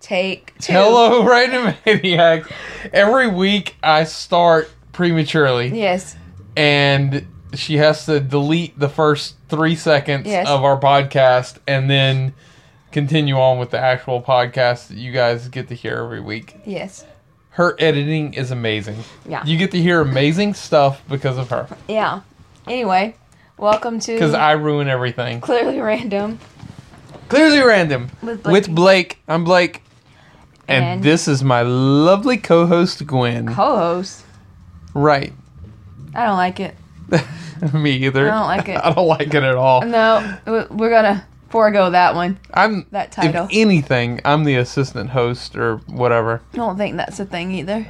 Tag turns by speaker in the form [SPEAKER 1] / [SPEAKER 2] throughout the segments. [SPEAKER 1] Take two.
[SPEAKER 2] Hello, Random Maniacs. Every week I start prematurely,
[SPEAKER 1] Yes.
[SPEAKER 2] and she has to delete the first three seconds
[SPEAKER 1] Yes.
[SPEAKER 2] of our podcast and then continue on with the actual podcast that you guys get to hear every week.
[SPEAKER 1] Yes.
[SPEAKER 2] Her editing is amazing.
[SPEAKER 1] Yeah.
[SPEAKER 2] You get to hear amazing stuff because of her.
[SPEAKER 1] Yeah. Anyway, welcome
[SPEAKER 2] Because
[SPEAKER 1] to
[SPEAKER 2] I ruin everything.
[SPEAKER 1] Clearly Random.
[SPEAKER 2] Clearly random.
[SPEAKER 1] With Blake.
[SPEAKER 2] With Blake. I'm Blake. And,
[SPEAKER 1] And-
[SPEAKER 2] this is my lovely co host, Gwen.
[SPEAKER 1] Co-host.
[SPEAKER 2] right.
[SPEAKER 1] I don't like it.
[SPEAKER 2] Me either.
[SPEAKER 1] I don't like it.
[SPEAKER 2] I don't like it at all.
[SPEAKER 1] No, w- we're gonna forego that one.
[SPEAKER 2] I'm
[SPEAKER 1] That title.
[SPEAKER 2] If anything, I'm the assistant host or whatever.
[SPEAKER 1] I don't think that's a thing either.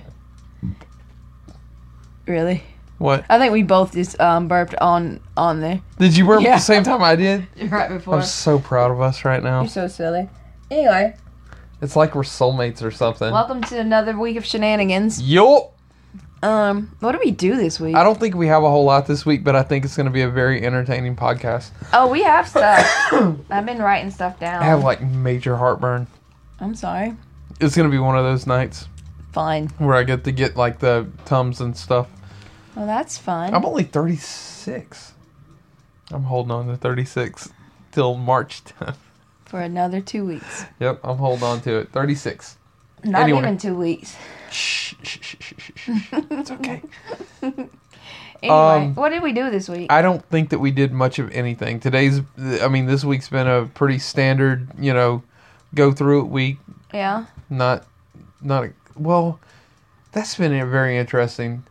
[SPEAKER 1] Really?
[SPEAKER 2] What?
[SPEAKER 1] I think we both just um, burped on on there
[SPEAKER 2] Did you burp
[SPEAKER 1] Yeah.
[SPEAKER 2] at the same time I did?
[SPEAKER 1] right before.
[SPEAKER 2] I'm so proud of us right now.
[SPEAKER 1] You're so silly. Anyway,
[SPEAKER 2] It's like we're soulmates or something.
[SPEAKER 1] welcome to another week of shenanigans.
[SPEAKER 2] Yo,
[SPEAKER 1] Um, what do we do this week?
[SPEAKER 2] I don't think we have a whole lot this week, but I think it's going to be a very entertaining podcast.
[SPEAKER 1] Oh, we have stuff. I've been writing stuff down.
[SPEAKER 2] I have like major heartburn.
[SPEAKER 1] I'm sorry.
[SPEAKER 2] It's going to be one of those nights
[SPEAKER 1] Fine.
[SPEAKER 2] where I get to get like the tums and stuff.
[SPEAKER 1] Well, that's fun.
[SPEAKER 2] I'm only 36. I'm holding on to 36 till March 10th.
[SPEAKER 1] For another two weeks.
[SPEAKER 2] Yep, I'm holding on to it. 36.
[SPEAKER 1] Not
[SPEAKER 2] Anyway.
[SPEAKER 1] even two weeks.
[SPEAKER 2] Shh, shh, shh, shh, shh, shh. It's okay.
[SPEAKER 1] Anyway,
[SPEAKER 2] Um,
[SPEAKER 1] what did we do this week?
[SPEAKER 2] I don't think that we did much of anything. Today's, I mean, this week's been a pretty standard, you know, go through it week.
[SPEAKER 1] yeah.
[SPEAKER 2] Not, not, a, well, that's been a very interesting.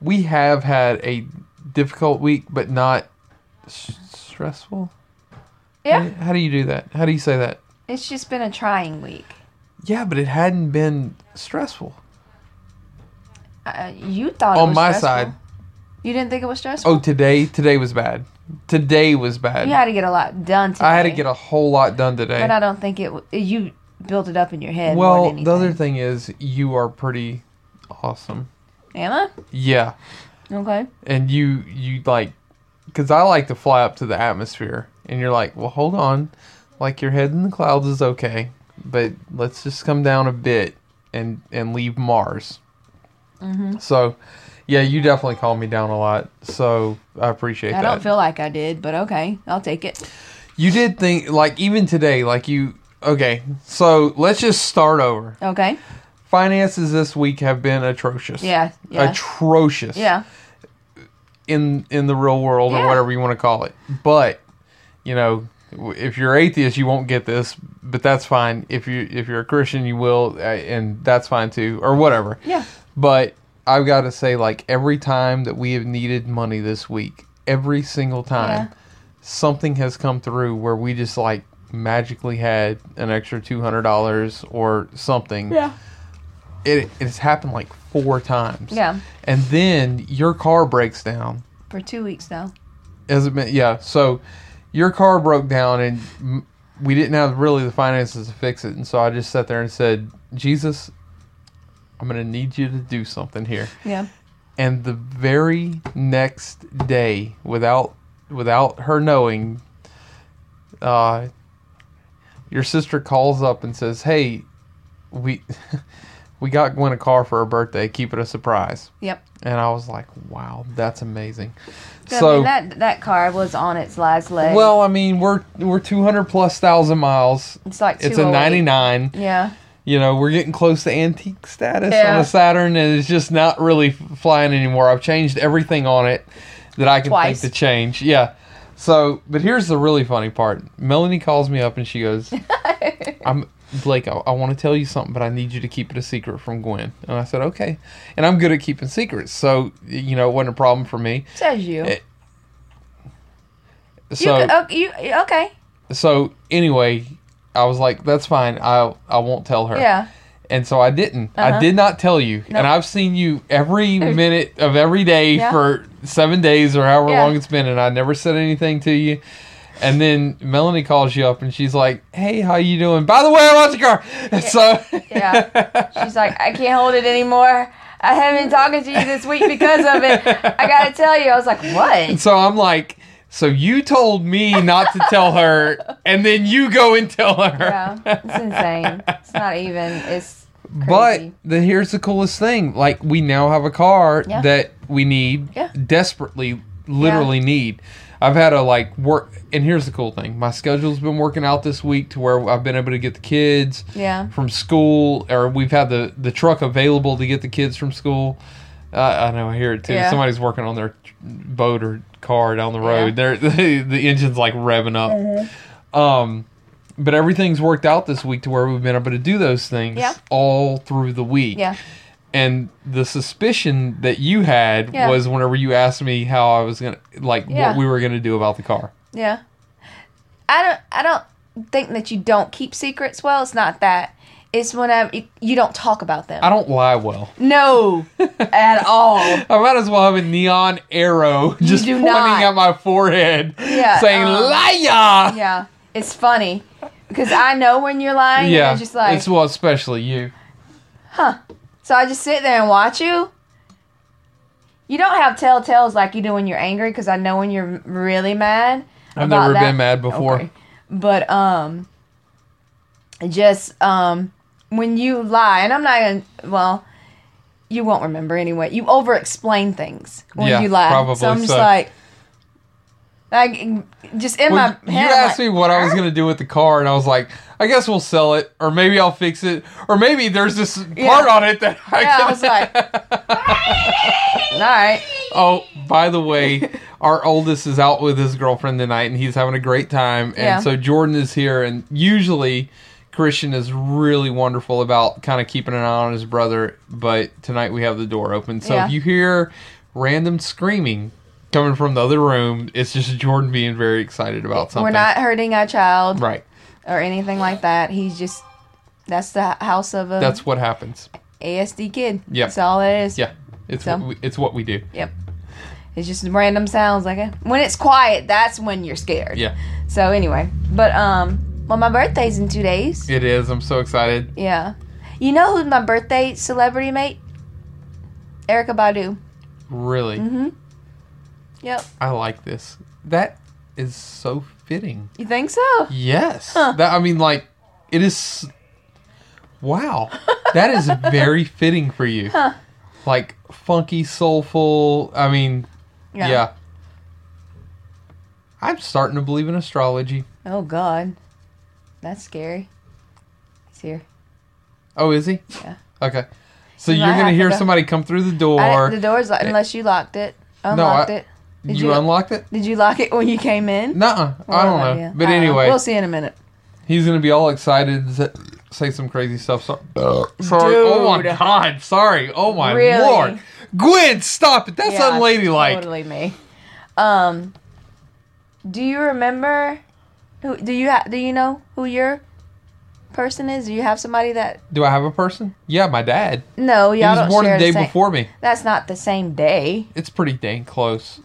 [SPEAKER 2] We have had a difficult week, but not s- stressful. How
[SPEAKER 1] Yeah.
[SPEAKER 2] do you- How do you do that? How do you say that?
[SPEAKER 1] It's just been a trying week.
[SPEAKER 2] Yeah, but it hadn't been stressful
[SPEAKER 1] Uh, you thought it
[SPEAKER 2] on
[SPEAKER 1] was
[SPEAKER 2] my
[SPEAKER 1] stressful.
[SPEAKER 2] side.
[SPEAKER 1] You didn't think it was stressful?
[SPEAKER 2] Oh, today, today was bad. Today was bad.
[SPEAKER 1] You had to get a lot done today.
[SPEAKER 2] Oh, I had to get a whole lot done today.
[SPEAKER 1] But I don't think it. w- You built it up in your head. more
[SPEAKER 2] Well,
[SPEAKER 1] than
[SPEAKER 2] the other
[SPEAKER 1] anything.
[SPEAKER 2] thing is, you are pretty awesome.
[SPEAKER 1] Am
[SPEAKER 2] Yeah,
[SPEAKER 1] I? Okay.
[SPEAKER 2] and you you like, because I like to fly up to the atmosphere, and you're like, well, hold on, like your head in the clouds is okay, but let's just come down a bit and and leave Mars. Mm-hmm. So, yeah, you definitely calm me down a lot, so I appreciate
[SPEAKER 1] I
[SPEAKER 2] that.
[SPEAKER 1] don't feel like I did, but okay. I'll take it.
[SPEAKER 2] you did think like even today, like you. Okay, so let's just start over.
[SPEAKER 1] Okay.
[SPEAKER 2] Finances this week have been atrocious.
[SPEAKER 1] Yeah. Yeah.
[SPEAKER 2] atrocious
[SPEAKER 1] yeah.
[SPEAKER 2] in in the real world
[SPEAKER 1] Yeah.
[SPEAKER 2] or whatever you want to call it but you know w- if you're atheist you won't get this but that's fine if you if you're a christian you will uh, and that's fine too or whatever
[SPEAKER 1] Yeah.
[SPEAKER 2] but i've got to say like every time that we have needed money this week every single time something has come through where we just like magically had an extra $200 or something it, it's happened like four times
[SPEAKER 1] Yeah.
[SPEAKER 2] and then your car breaks down.
[SPEAKER 1] For two weeks now.
[SPEAKER 2] As it meant, yeah. So your car broke down, and m- we didn't have really the finances to fix it. And so I just sat there and said, Jesus, I'm going to need you to do something here.
[SPEAKER 1] Yeah.
[SPEAKER 2] And the very next day, without without her knowing, uh, your sister calls up and says, "Hey, we we got Gwen a car for her birthday. Keep it a surprise."
[SPEAKER 1] Yep.
[SPEAKER 2] and I was like, "Wow, that's amazing."
[SPEAKER 1] So, I
[SPEAKER 2] So,
[SPEAKER 1] mean, that that car was on its last leg.
[SPEAKER 2] well, I mean, we're we're two hundred plus thousand miles.
[SPEAKER 1] it's like
[SPEAKER 2] It's a
[SPEAKER 1] 208.
[SPEAKER 2] ninety nine.
[SPEAKER 1] Yeah.
[SPEAKER 2] You know, we're getting close to antique status on
[SPEAKER 1] Yeah.
[SPEAKER 2] a Saturn, and it's just not really f- flying anymore. I've changed everything on it that I can
[SPEAKER 1] Twice.
[SPEAKER 2] think to change. Yeah. So, but here's the really funny part. Melanie calls me up and she goes, "I'm Blake. I, I want to tell you something, but I need you to keep it a secret from Gwen." And I said, "Okay." And I'm good at keeping secrets, so you know, it wasn't a problem for me.
[SPEAKER 1] Says you.
[SPEAKER 2] Eh,
[SPEAKER 1] you, oh.
[SPEAKER 2] So,
[SPEAKER 1] could- oh, you okay?
[SPEAKER 2] so anyway, I was like, "That's fine. I I won't tell her."
[SPEAKER 1] Yeah.
[SPEAKER 2] And so I didn't. I
[SPEAKER 1] Uh-huh.
[SPEAKER 2] did not tell you.
[SPEAKER 1] Nope.
[SPEAKER 2] And I've seen you every minute of every day
[SPEAKER 1] Yeah.
[SPEAKER 2] for seven days or however
[SPEAKER 1] Yeah.
[SPEAKER 2] long it's been, and I never said anything to you. And then Melanie calls you up and she's like, "Hey, how you doing? By the way, I lost your car." So
[SPEAKER 1] Yeah. She's like, I can't hold it anymore. I haven't been talking to you this week because of it. I gotta tell you. I was like, what?
[SPEAKER 2] so I'm like, So you told me not to tell her, and then you go and tell her.
[SPEAKER 1] Yeah, it's insane. It's not even. It's
[SPEAKER 2] But
[SPEAKER 1] crazy.
[SPEAKER 2] the, here's the coolest thing: like we now have a car
[SPEAKER 1] Yeah.
[SPEAKER 2] that we need
[SPEAKER 1] Yeah.
[SPEAKER 2] desperately, literally need. I've had a like work, and here's the cool thing: my schedule's been working out this week to where I've been able to get the kids
[SPEAKER 1] yeah,
[SPEAKER 2] from school, or we've had the the truck available to get the kids from school. Uh, I know, I hear it too.
[SPEAKER 1] Yeah.
[SPEAKER 2] Somebody's working on their boat or car down the
[SPEAKER 1] Yeah. Mm-hmm.
[SPEAKER 2] road. They're, the engine's like revving up. Um, but everything's worked out this week to where we've been able to do those things
[SPEAKER 1] Yeah.
[SPEAKER 2] all through the week.
[SPEAKER 1] yeah,
[SPEAKER 2] And the suspicion that you had
[SPEAKER 1] Yeah.
[SPEAKER 2] was whenever you asked me how I was gonna like
[SPEAKER 1] Yeah.
[SPEAKER 2] what we were gonna do about the car.
[SPEAKER 1] yeah. I don't. I don't think that you don't keep secrets well. It's not that. It's whenever you, you don't talk about them.
[SPEAKER 2] I don't lie well.
[SPEAKER 1] no, at all.
[SPEAKER 2] I might as well have a neon arrow just
[SPEAKER 1] do
[SPEAKER 2] pointing
[SPEAKER 1] not.
[SPEAKER 2] at my forehead,
[SPEAKER 1] Yeah,
[SPEAKER 2] saying
[SPEAKER 1] um,
[SPEAKER 2] "liar."
[SPEAKER 1] Yeah, it's funny because I know when you're lying. Yeah,
[SPEAKER 2] Yeah,
[SPEAKER 1] and it's just like
[SPEAKER 2] it's well, especially you.
[SPEAKER 1] so. I just sit there and watch you. You don't have telltales like you do when you're angry because I know when you're really mad.
[SPEAKER 2] I've
[SPEAKER 1] about
[SPEAKER 2] never
[SPEAKER 1] that.
[SPEAKER 2] been mad before.
[SPEAKER 1] Okay. But um, just um, when you lie, and I'm not gonna. Well, you won't remember anyway. You over-explain things when
[SPEAKER 2] Yeah,
[SPEAKER 1] you lie.
[SPEAKER 2] probably
[SPEAKER 1] so I'm just
[SPEAKER 2] so.
[SPEAKER 1] like, like just in
[SPEAKER 2] Well,
[SPEAKER 1] my
[SPEAKER 2] you
[SPEAKER 1] head.
[SPEAKER 2] asked
[SPEAKER 1] I'm
[SPEAKER 2] me what I was gonna do with the car, and I was like, I guess we'll sell it, or maybe I'll fix it, or maybe there's this part on it that I
[SPEAKER 1] Yeah, I
[SPEAKER 2] can.
[SPEAKER 1] was like- like, all right.
[SPEAKER 2] oh, by the way, our oldest is out with his girlfriend tonight, and he's having a great time. And
[SPEAKER 1] Yeah.
[SPEAKER 2] so Jordan is here, and usually Christian is really wonderful about kind of keeping an eye on his brother, but tonight we have the door open. So
[SPEAKER 1] Yeah.
[SPEAKER 2] if you hear random screaming coming from the other room, it's just Jordan being very excited about something.
[SPEAKER 1] We're not hurting our child
[SPEAKER 2] right.
[SPEAKER 1] or anything like that. He's just that's the house of a
[SPEAKER 2] That's what happens.
[SPEAKER 1] ASD kid.
[SPEAKER 2] Yep.
[SPEAKER 1] That's all it is.
[SPEAKER 2] Yeah, it's
[SPEAKER 1] So?
[SPEAKER 2] what we, it's what we do.
[SPEAKER 1] Yep. It's just random sounds like it. When it's quiet, that's when you're scared.
[SPEAKER 2] Yeah,
[SPEAKER 1] So anyway, but um, well, my birthday's in two days.
[SPEAKER 2] it is. I'm so excited.
[SPEAKER 1] Yeah. You know who's my birthday celebrity mate? Erica Badu.
[SPEAKER 2] Really,
[SPEAKER 1] Mm-hmm. Yep.
[SPEAKER 2] I like this. That is so fitting.
[SPEAKER 1] You think so?
[SPEAKER 2] Yes.
[SPEAKER 1] Huh.
[SPEAKER 2] That I mean, like, it is. Wow, that is very fitting for you.
[SPEAKER 1] Huh.
[SPEAKER 2] Like funky, soulful. I mean, yeah. I'm starting to believe in astrology.
[SPEAKER 1] Oh God, that's scary. He's here.
[SPEAKER 2] Oh, is he?
[SPEAKER 1] Yeah.
[SPEAKER 2] Okay. So
[SPEAKER 1] You
[SPEAKER 2] you're
[SPEAKER 1] might
[SPEAKER 2] gonna
[SPEAKER 1] have
[SPEAKER 2] hear
[SPEAKER 1] to-
[SPEAKER 2] somebody come through the door.
[SPEAKER 1] I, the door's locked
[SPEAKER 2] Eh.
[SPEAKER 1] unless you locked it, unlocked it. Did
[SPEAKER 2] you,
[SPEAKER 1] you-
[SPEAKER 2] unlocked it?
[SPEAKER 1] Did you lock it when you came in?
[SPEAKER 2] Nuh-uh. I don't know.
[SPEAKER 1] idea.
[SPEAKER 2] But
[SPEAKER 1] I don't know.
[SPEAKER 2] anyway,
[SPEAKER 1] we'll see in a minute.
[SPEAKER 2] he's gonna be all excited. s- Say some crazy stuff. So, sorry. Oh my
[SPEAKER 1] Dude.
[SPEAKER 2] god. Sorry. Oh my
[SPEAKER 1] Really?
[SPEAKER 2] lord. Gwen, stop it. That's
[SPEAKER 1] Yeah,
[SPEAKER 2] unladylike.
[SPEAKER 1] Totally me. Um, do you remember? Who do you ha- do you know who your person is? Do you have somebody that?
[SPEAKER 2] Do I have a person? Yeah, my dad.
[SPEAKER 1] No,
[SPEAKER 2] He
[SPEAKER 1] y'all
[SPEAKER 2] was
[SPEAKER 1] don't
[SPEAKER 2] born
[SPEAKER 1] share
[SPEAKER 2] the day
[SPEAKER 1] same-
[SPEAKER 2] before me.
[SPEAKER 1] That's not the same day.
[SPEAKER 2] It's pretty dang close.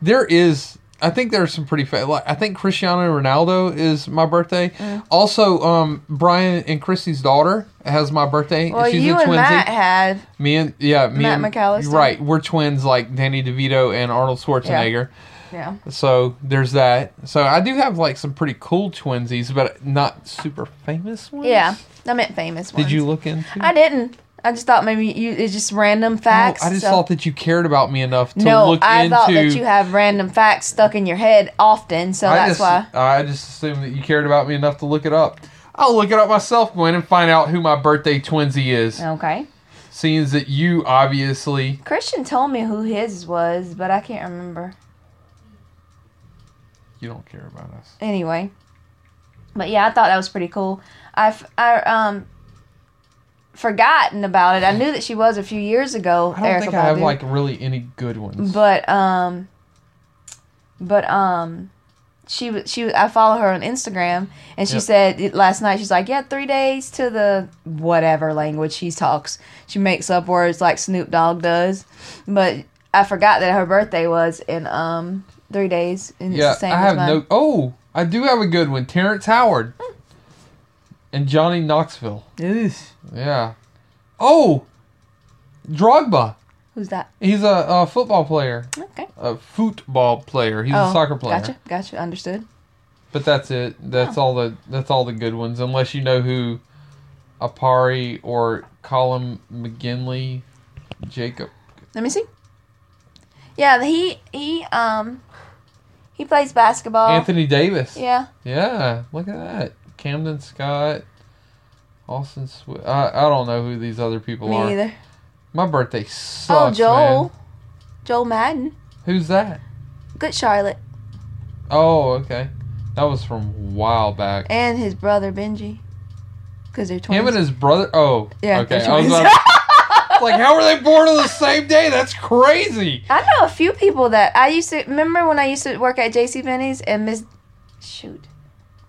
[SPEAKER 2] There is, I think there's some pretty. Fa- like, I think Cristiano Ronaldo is my birthday.
[SPEAKER 1] Mm.
[SPEAKER 2] Also, um, Brian and Christy's daughter has my birthday.
[SPEAKER 1] Well,
[SPEAKER 2] She's
[SPEAKER 1] you
[SPEAKER 2] a
[SPEAKER 1] and
[SPEAKER 2] twinsy.
[SPEAKER 1] Matt had.
[SPEAKER 2] Me and yeah, me
[SPEAKER 1] Matt
[SPEAKER 2] and
[SPEAKER 1] McAllister.
[SPEAKER 2] Right, we're twins like Danny DeVito and Arnold Schwarzenegger.
[SPEAKER 1] Yeah.
[SPEAKER 2] So there's that. So I do have like some pretty cool twinsies, but not super famous ones.
[SPEAKER 1] Yeah. I meant famous ones.
[SPEAKER 2] Did you look into?
[SPEAKER 1] I didn't. I just thought maybe you. It's just random facts.
[SPEAKER 2] I just
[SPEAKER 1] so-
[SPEAKER 2] thought that you cared about me enough to
[SPEAKER 1] No,
[SPEAKER 2] look
[SPEAKER 1] I
[SPEAKER 2] into.
[SPEAKER 1] thought that you have random facts stuck in your head often, so
[SPEAKER 2] I
[SPEAKER 1] that's
[SPEAKER 2] just,
[SPEAKER 1] why.
[SPEAKER 2] I just assumed that you cared about me enough to look it up. I'll look it up myself, Gwen, and find out who my birthday twinsy is.
[SPEAKER 1] Okay.
[SPEAKER 2] Seeing as that you obviously
[SPEAKER 1] Christian told me who his was, but I can't remember.
[SPEAKER 2] you don't care about us.
[SPEAKER 1] Anyway. But yeah, I thought that was pretty cool. I, f- I, um, forgotten about it. I knew that she was a few years ago.
[SPEAKER 2] I don't
[SPEAKER 1] Erica
[SPEAKER 2] think I have
[SPEAKER 1] Badu.
[SPEAKER 2] like really any good ones.
[SPEAKER 1] But um, but um, she w- she I follow her on Instagram, and she
[SPEAKER 2] Yep.
[SPEAKER 1] said it, last night she's like, yeah, three days to the whatever language she talks. She makes up words like Snoop Dogg does, but I forgot that her birthday was in um three days, and
[SPEAKER 2] Yeah,
[SPEAKER 1] it's the same
[SPEAKER 2] I
[SPEAKER 1] as
[SPEAKER 2] have
[SPEAKER 1] mine. Hmm.
[SPEAKER 2] no. Oh, I do have a good one. Terrence Howard and Johnny Knoxville. Yeah. Oh, Drogba.
[SPEAKER 1] Who's that?
[SPEAKER 2] He's a, a football player,
[SPEAKER 1] Okay. Oh,
[SPEAKER 2] a football player. He's a soccer player.
[SPEAKER 1] Gotcha. Gotcha. Understood.
[SPEAKER 2] But that's it. That's all the that's all the good ones, unless you know who Apari or Colin McGinley, Jacob.
[SPEAKER 1] Let me see. Yeah, he he um he plays basketball.
[SPEAKER 2] Anthony Davis.
[SPEAKER 1] Oh. Yeah.
[SPEAKER 2] Yeah, look at that. Camden Scott, Austin Swift. I, I don't know who these other people
[SPEAKER 1] Me
[SPEAKER 2] are.
[SPEAKER 1] either.
[SPEAKER 2] My birthday sucks.
[SPEAKER 1] oh, Joel.
[SPEAKER 2] man.
[SPEAKER 1] Joel Madden.
[SPEAKER 2] Who's that?
[SPEAKER 1] Good Charlotte.
[SPEAKER 2] Oh, okay. That was from a while back.
[SPEAKER 1] And his brother Benji. Because they're twins.
[SPEAKER 2] Him and his brother. Oh,
[SPEAKER 1] yeah,
[SPEAKER 2] okay.
[SPEAKER 1] they're
[SPEAKER 2] I was
[SPEAKER 1] twins.
[SPEAKER 2] about to- like, how were they born on the same day? That's crazy.
[SPEAKER 1] I know a few people that I used to remember when I used to work at JC Penney's and Miss shoot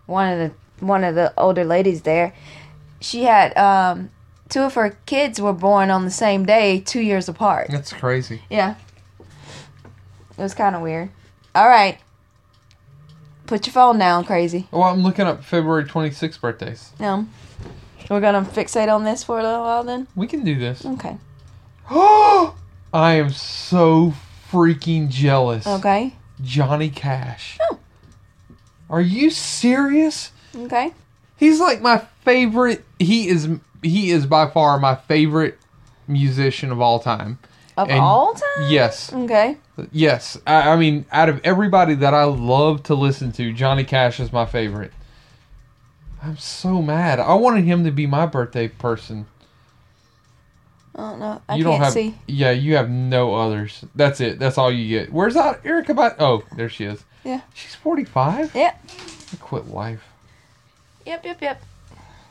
[SPEAKER 1] one of the one of the older ladies there she had um two of her kids were born on the same day 2 years apart
[SPEAKER 2] That's crazy.
[SPEAKER 1] yeah it was kind of weird all right put your phone down crazy
[SPEAKER 2] Oh, I'm looking up February 26th birthdays.
[SPEAKER 1] um we're going to fixate on this for a little while then
[SPEAKER 2] We can do this.
[SPEAKER 1] okay
[SPEAKER 2] I am so freaking jealous.
[SPEAKER 1] okay
[SPEAKER 2] Johnny Cash.
[SPEAKER 1] Oh.
[SPEAKER 2] Are you serious?
[SPEAKER 1] okay
[SPEAKER 2] He's like my favorite. He is he is by far my favorite musician of all time.
[SPEAKER 1] of
[SPEAKER 2] And-
[SPEAKER 1] all time
[SPEAKER 2] Yes,
[SPEAKER 1] okay
[SPEAKER 2] yes. I, I mean, out of everybody that I love to listen to, Johnny Cash is my favorite. I'm so mad. I wanted him to be my birthday person.
[SPEAKER 1] i don't know i
[SPEAKER 2] you
[SPEAKER 1] can't
[SPEAKER 2] don't have,
[SPEAKER 1] see
[SPEAKER 2] yeah. You have no others. That's it. That's all you get. Where's that Erica? Bad- oh, there she is.
[SPEAKER 1] Yeah.
[SPEAKER 2] she's 45.
[SPEAKER 1] yeah
[SPEAKER 2] I quit life.
[SPEAKER 1] Yep, yep, yep.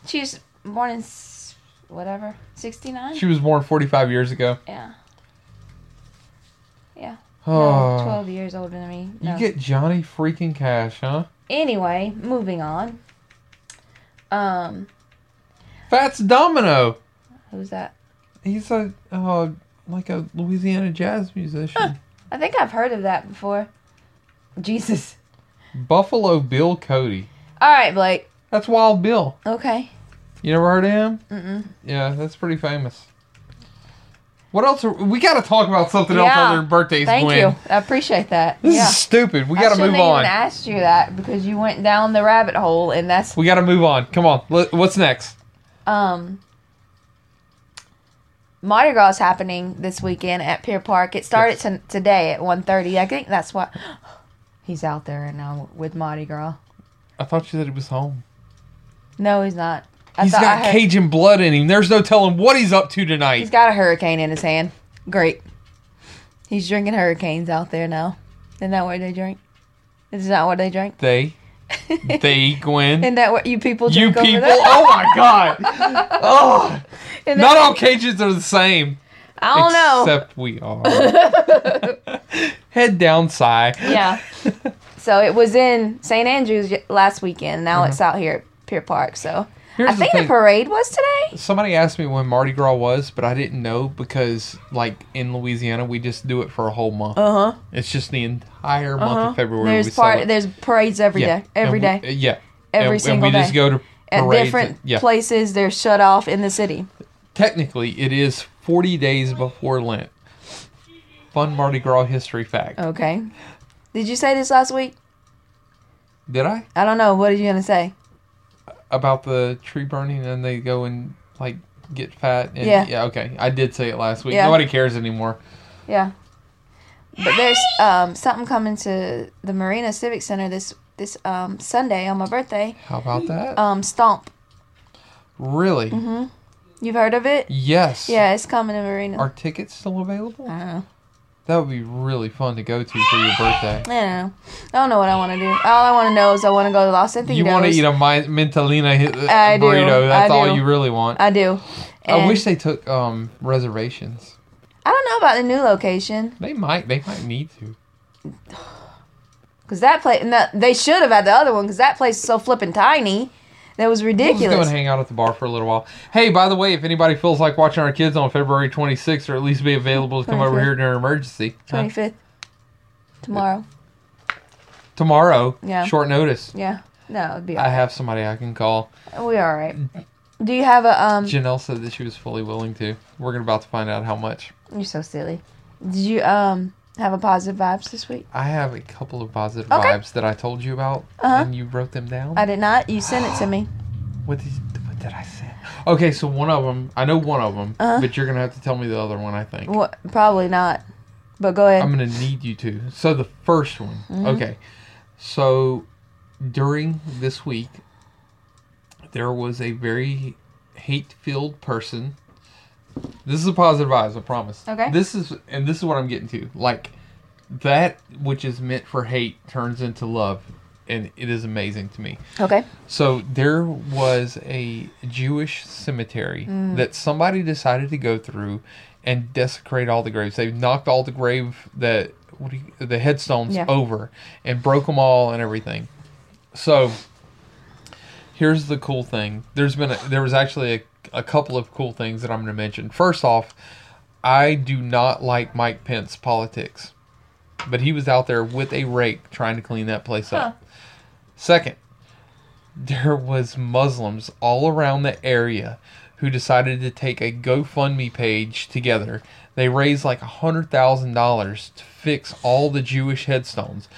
[SPEAKER 1] She was born in s- whatever, 69?
[SPEAKER 2] She was born 45 years ago.
[SPEAKER 1] yeah. Yeah. No,
[SPEAKER 2] Oh,
[SPEAKER 1] 12 years older than me.
[SPEAKER 2] you
[SPEAKER 1] No.
[SPEAKER 2] get Johnny freaking Cash, huh?
[SPEAKER 1] anyway, moving on. Um,
[SPEAKER 2] Fats Domino.
[SPEAKER 1] who's that?
[SPEAKER 2] He's a uh, like a Louisiana jazz musician.
[SPEAKER 1] I think I've heard of that before. Jesus.
[SPEAKER 2] Buffalo Bill Cody.
[SPEAKER 1] All right, Blake.
[SPEAKER 2] That's Wild Bill.
[SPEAKER 1] Okay.
[SPEAKER 2] You never heard of him?
[SPEAKER 1] Mm-mm.
[SPEAKER 2] Yeah, that's pretty famous. What else? Are, we got to talk about something else
[SPEAKER 1] Yeah.
[SPEAKER 2] other than birthdays.
[SPEAKER 1] Thank
[SPEAKER 2] Gwen.
[SPEAKER 1] you. I appreciate that.
[SPEAKER 2] This
[SPEAKER 1] yeah.
[SPEAKER 2] is stupid. We
[SPEAKER 1] I
[SPEAKER 2] got to
[SPEAKER 1] shouldn't
[SPEAKER 2] move
[SPEAKER 1] have
[SPEAKER 2] on.
[SPEAKER 1] even asked you that because you went down the rabbit hole, and that's
[SPEAKER 2] We got to move on. Come on. Let- What's next?
[SPEAKER 1] um Mardi Gras is happening this weekend at Pier Park. It started
[SPEAKER 2] Yes.
[SPEAKER 1] to, today at 1.30. I think that's why he's out there right now with Mardi Gras.
[SPEAKER 2] I thought you said he was home.
[SPEAKER 1] No, he's not. I
[SPEAKER 2] He's
[SPEAKER 1] thought I
[SPEAKER 2] got
[SPEAKER 1] heard-
[SPEAKER 2] Cajun blood in him. There's no telling what he's up to tonight.
[SPEAKER 1] He's got a hurricane in his hand. Great. He's drinking hurricanes out there now. Isn't that what they drink? Is that what they drink?
[SPEAKER 2] they, they, Gwen.
[SPEAKER 1] Isn't that what you people
[SPEAKER 2] You
[SPEAKER 1] drink
[SPEAKER 2] people!
[SPEAKER 1] over there?
[SPEAKER 2] Oh my god! Oh,
[SPEAKER 1] Isn't
[SPEAKER 2] not
[SPEAKER 1] that-
[SPEAKER 2] all Cajuns are the same.
[SPEAKER 1] I don't know.
[SPEAKER 2] Except we are. Head down, sigh.
[SPEAKER 1] Yeah. so it was in St. Andrews y- last weekend.
[SPEAKER 2] Mm-hmm.
[SPEAKER 1] Now it's out here at Pier Park. So
[SPEAKER 2] Here's
[SPEAKER 1] I think
[SPEAKER 2] the
[SPEAKER 1] the,
[SPEAKER 2] thing.
[SPEAKER 1] parade was today.
[SPEAKER 2] Somebody asked me when Mardi Gras was, but I didn't know because, like in Louisiana, we just do it for a whole month.
[SPEAKER 1] Uh huh.
[SPEAKER 2] It's just the entire month of February. we
[SPEAKER 1] Uh-huh. There's
[SPEAKER 2] celebrate.
[SPEAKER 1] part. There's parades every day. Every day.
[SPEAKER 2] and we- uh, yeah.
[SPEAKER 1] Every
[SPEAKER 2] and,
[SPEAKER 1] single
[SPEAKER 2] and we just
[SPEAKER 1] day.
[SPEAKER 2] go to
[SPEAKER 1] At
[SPEAKER 2] parades
[SPEAKER 1] different
[SPEAKER 2] and- yeah.
[SPEAKER 1] places, they're shut off in the city.
[SPEAKER 2] Technically, it is 40 days before Lent. Fun Mardi Gras history fact.
[SPEAKER 1] Okay. Did you say this last week?
[SPEAKER 2] Did I?
[SPEAKER 1] I don't know. What are you gonna say?
[SPEAKER 2] about the tree burning and they go and like get fat and
[SPEAKER 1] Yeah.
[SPEAKER 2] yeah, okay i did say it last week
[SPEAKER 1] Yeah.
[SPEAKER 2] nobody cares anymore
[SPEAKER 1] Yeah. But there's um, something coming to the Marina Civic Center this this um, Sunday on my birthday.
[SPEAKER 2] how about that
[SPEAKER 1] Um, Stomp.
[SPEAKER 2] really
[SPEAKER 1] You've heard of it?
[SPEAKER 2] yes
[SPEAKER 1] mm-hmm. Yeah, it's coming to Marina.
[SPEAKER 2] are tickets still available
[SPEAKER 1] I don't know.
[SPEAKER 2] that would be really fun to go to for your birthday
[SPEAKER 1] I don't know. I don't know what I want to do. All I want to know is I want to go to Los Angeles.
[SPEAKER 2] you want to eat a my, mentalina hit,
[SPEAKER 1] I do,
[SPEAKER 2] burrito that's
[SPEAKER 1] I
[SPEAKER 2] all
[SPEAKER 1] do.
[SPEAKER 2] you really want
[SPEAKER 1] I do.
[SPEAKER 2] i
[SPEAKER 1] And
[SPEAKER 2] wish they took um reservations
[SPEAKER 1] I don't know about the new location
[SPEAKER 2] they might they might need to
[SPEAKER 1] because that place. No, they should have had the other one because that place is so flipping tiny. That was
[SPEAKER 2] We'll just go
[SPEAKER 1] ridiculous.
[SPEAKER 2] and hang out at the bar for a little while. Hey, by the way, if anybody feels like watching our kids on February 26th, or at least be available to come over
[SPEAKER 1] 25th.
[SPEAKER 2] here during an emergency, uh, huh?
[SPEAKER 1] Twenty fifth tomorrow.
[SPEAKER 2] tomorrow,
[SPEAKER 1] Yeah.
[SPEAKER 2] short notice,
[SPEAKER 1] Yeah, no, it'd be.
[SPEAKER 2] I Mm-hmm.
[SPEAKER 1] All
[SPEAKER 2] have somebody I can call.
[SPEAKER 1] right. We're all right. Do you have a um?
[SPEAKER 2] Janelle said that she was fully willing to. We're gonna about to find out how much.
[SPEAKER 1] You're so silly. Did you um have a positive vibes this week?
[SPEAKER 2] I have a couple of positive
[SPEAKER 1] Okay.
[SPEAKER 2] vibes that I told you about,
[SPEAKER 1] Uh-huh.
[SPEAKER 2] and you wrote them down.
[SPEAKER 1] I did not. You sent it to me.
[SPEAKER 2] What did what did I say? Okay, so one of them, I know one of them,
[SPEAKER 1] Uh-huh.
[SPEAKER 2] but you're gonna have to tell me the other one. I think
[SPEAKER 1] What? Probably not. But Mm-hmm. go ahead.
[SPEAKER 2] I'm gonna need you to. So the first one, okay. So during this week, there was a very hate-filled person. This is a positive vibes, I promise.
[SPEAKER 1] Okay.
[SPEAKER 2] This is and this is what I'm getting to. Like that which is meant for hate turns into love, and it is amazing to me.
[SPEAKER 1] okay.
[SPEAKER 2] So there was a Jewish cemetery that somebody decided to go through and desecrate all the graves. They knocked all the grave that what do you, the headstones
[SPEAKER 1] Yeah.
[SPEAKER 2] over and broke them all and everything. So here's the cool thing. There's been a, there was actually a, a couple of cool things that I'm going to mention. First off, I do not like Mike Pence politics, but he was out there with a rake trying to clean that place up. Second, there was Muslims all around the area who decided to take a GoFundMe page together. They raised like hundred thousand dollars to fix all the Jewish headstones.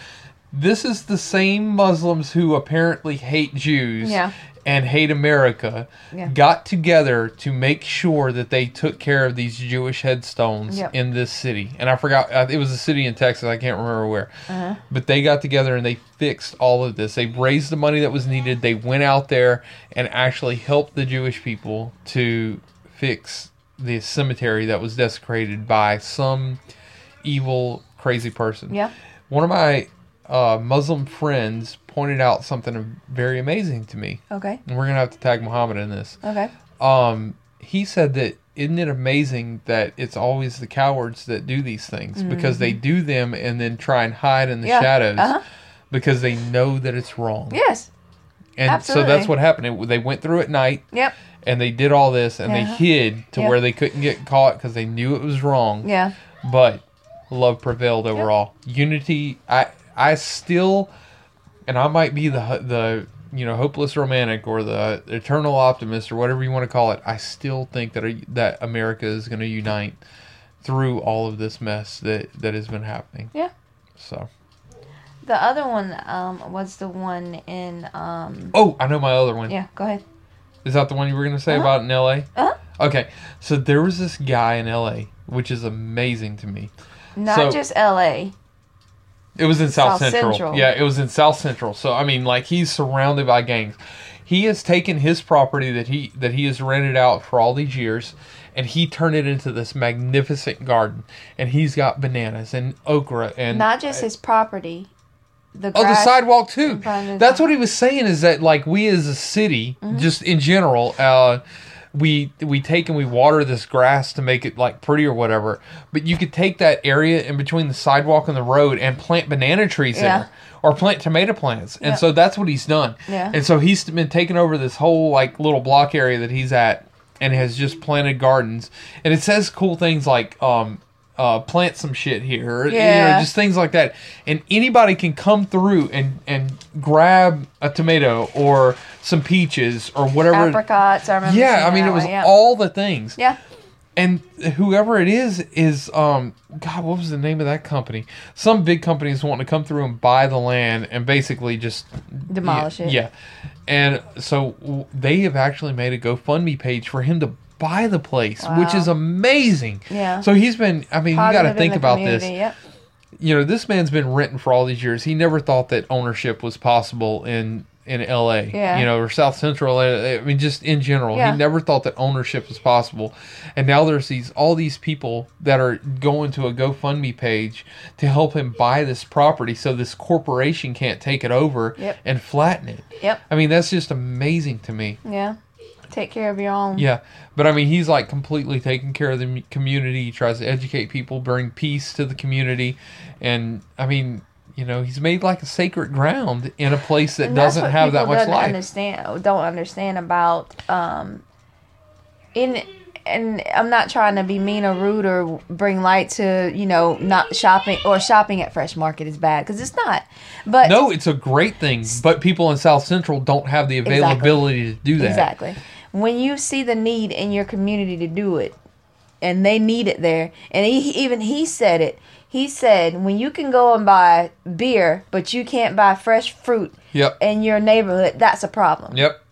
[SPEAKER 2] This is the same Muslims who apparently hate Jews
[SPEAKER 1] Yeah.
[SPEAKER 2] and hate America
[SPEAKER 1] Yeah.
[SPEAKER 2] got together to make sure that they took care of these Jewish headstones
[SPEAKER 1] Yep.
[SPEAKER 2] in this city. And I forgot uh, it was a city in Texas. I can't remember where. But they got together and they fixed all of this. They raised the money that was needed. They went out there and actually helped the Jewish people to fix the cemetery that was desecrated by some evil crazy person
[SPEAKER 1] Yeah.
[SPEAKER 2] one of my uh, Muslim friends pointed out something very amazing to me,
[SPEAKER 1] Okay.
[SPEAKER 2] and we're gonna have to tag Muhammad in this.
[SPEAKER 1] Okay.
[SPEAKER 2] Um, he said that isn't it amazing that it's always the cowards that do these things because they do them and then try and hide in the
[SPEAKER 1] Mm-hmm. Yeah,
[SPEAKER 2] shadows
[SPEAKER 1] uh-huh.
[SPEAKER 2] because they know that it's wrong.
[SPEAKER 1] Yes.
[SPEAKER 2] and so
[SPEAKER 1] absolutely.
[SPEAKER 2] that's what happened. It, they went through at night
[SPEAKER 1] Yep.
[SPEAKER 2] and they did all this and
[SPEAKER 1] Yeah.
[SPEAKER 2] they hid to
[SPEAKER 1] Yeah.
[SPEAKER 2] where they couldn't get caught because they knew it was wrong
[SPEAKER 1] Yeah.
[SPEAKER 2] but love prevailed overall. Unity. I I still, and I might be the ho- the you know hopeless romantic or the eternal optimist or whatever you want to call it. I still think that that America is going to unite through all of this mess that that has been happening.
[SPEAKER 1] Yeah.
[SPEAKER 2] So.
[SPEAKER 1] The other one um was the one in um
[SPEAKER 2] Oh, I know my other one.
[SPEAKER 1] yeah. Go ahead.
[SPEAKER 2] Is that the one you were going to say
[SPEAKER 1] Uh-huh.
[SPEAKER 2] about in L.A.?
[SPEAKER 1] Uh-huh.
[SPEAKER 2] Okay, so there was this guy in L.A. which is amazing to me.
[SPEAKER 1] Not
[SPEAKER 2] So-
[SPEAKER 1] just L.A.
[SPEAKER 2] It was in South,
[SPEAKER 1] South
[SPEAKER 2] Central.
[SPEAKER 1] Central.
[SPEAKER 2] Yeah, it was in South Central. So I mean, like he's surrounded by gangs. He has taken his property that he that he has rented out for all these years, and he turned it into this magnificent garden. And he's got bananas and okra and
[SPEAKER 1] Not just his property. The
[SPEAKER 2] oh the
[SPEAKER 1] grass-
[SPEAKER 2] sidewalk too.
[SPEAKER 1] front of- Mm-hmm.
[SPEAKER 2] That's what he was saying is that like we as a city, just in general, uh, we we take and we water this grass to make it like pretty or whatever. But you could take that area in between the sidewalk and the road and plant banana trees
[SPEAKER 1] Yeah.
[SPEAKER 2] there. Or plant tomato plants, and
[SPEAKER 1] Yeah.
[SPEAKER 2] so that's what he's done.
[SPEAKER 1] Yeah.
[SPEAKER 2] And so he's been taking over this whole like little block area that he's at, and has just planted gardens. And it says cool things like, um, uh, "Plant some shit here," or, you know,
[SPEAKER 1] Yeah.
[SPEAKER 2] just things like that. And anybody can come through and and grab a tomato or some peaches or whatever.
[SPEAKER 1] apricots. I remember.
[SPEAKER 2] Yeah,
[SPEAKER 1] seeing
[SPEAKER 2] I mean
[SPEAKER 1] that
[SPEAKER 2] it was
[SPEAKER 1] one, yeah.
[SPEAKER 2] all the things.
[SPEAKER 1] Yeah.
[SPEAKER 2] And whoever it is is um God, what was the name of that company? Some big company is wanting to come through and buy the land and basically just
[SPEAKER 1] Demolish
[SPEAKER 2] yeah,
[SPEAKER 1] it.
[SPEAKER 2] Yeah, and so w- they have actually made a GoFundMe page for him to buy the place, which
[SPEAKER 1] Wow.
[SPEAKER 2] is amazing.
[SPEAKER 1] Yeah.
[SPEAKER 2] So he's been. I mean, you got
[SPEAKER 1] Positive
[SPEAKER 2] to
[SPEAKER 1] in
[SPEAKER 2] think
[SPEAKER 1] the
[SPEAKER 2] about this
[SPEAKER 1] community, Yep.
[SPEAKER 2] you know this man's been renting for all these years he never thought that ownership was possible in in la
[SPEAKER 1] Yeah.
[SPEAKER 2] you know or south central LA, i mean just in general
[SPEAKER 1] Yeah.
[SPEAKER 2] he never thought that ownership was possible and now there's these all these people that are going to a gofundme page to help him buy this property so this corporation can't take it over
[SPEAKER 1] Yep.
[SPEAKER 2] and flatten it
[SPEAKER 1] Yep.
[SPEAKER 2] i mean that's just amazing to me
[SPEAKER 1] Yeah. Take care of your own.
[SPEAKER 2] yeah, but I mean, he's like completely taking care of the m- community. He tries to educate people, bring peace to the community, and I mean, you know, he's made like a sacred ground in a place that
[SPEAKER 1] And that's
[SPEAKER 2] doesn't
[SPEAKER 1] what
[SPEAKER 2] have that
[SPEAKER 1] people
[SPEAKER 2] much
[SPEAKER 1] don't
[SPEAKER 2] life.
[SPEAKER 1] Understand? Don't understand about um, in and I'm not trying to be mean or rude or bring light to you know not shopping or shopping at Fresh Market is bad because it's not. But
[SPEAKER 2] No, it's a great thing, but people in South Central don't have the
[SPEAKER 1] Exactly.
[SPEAKER 2] availability to do that.
[SPEAKER 1] exactly. when you see the need in your community to do it, and they need it there, and he, even he said it. He said, when you can go and buy beer, but you can't buy fresh fruit
[SPEAKER 2] Yep.
[SPEAKER 1] in your neighborhood, that's a problem.
[SPEAKER 2] Yep.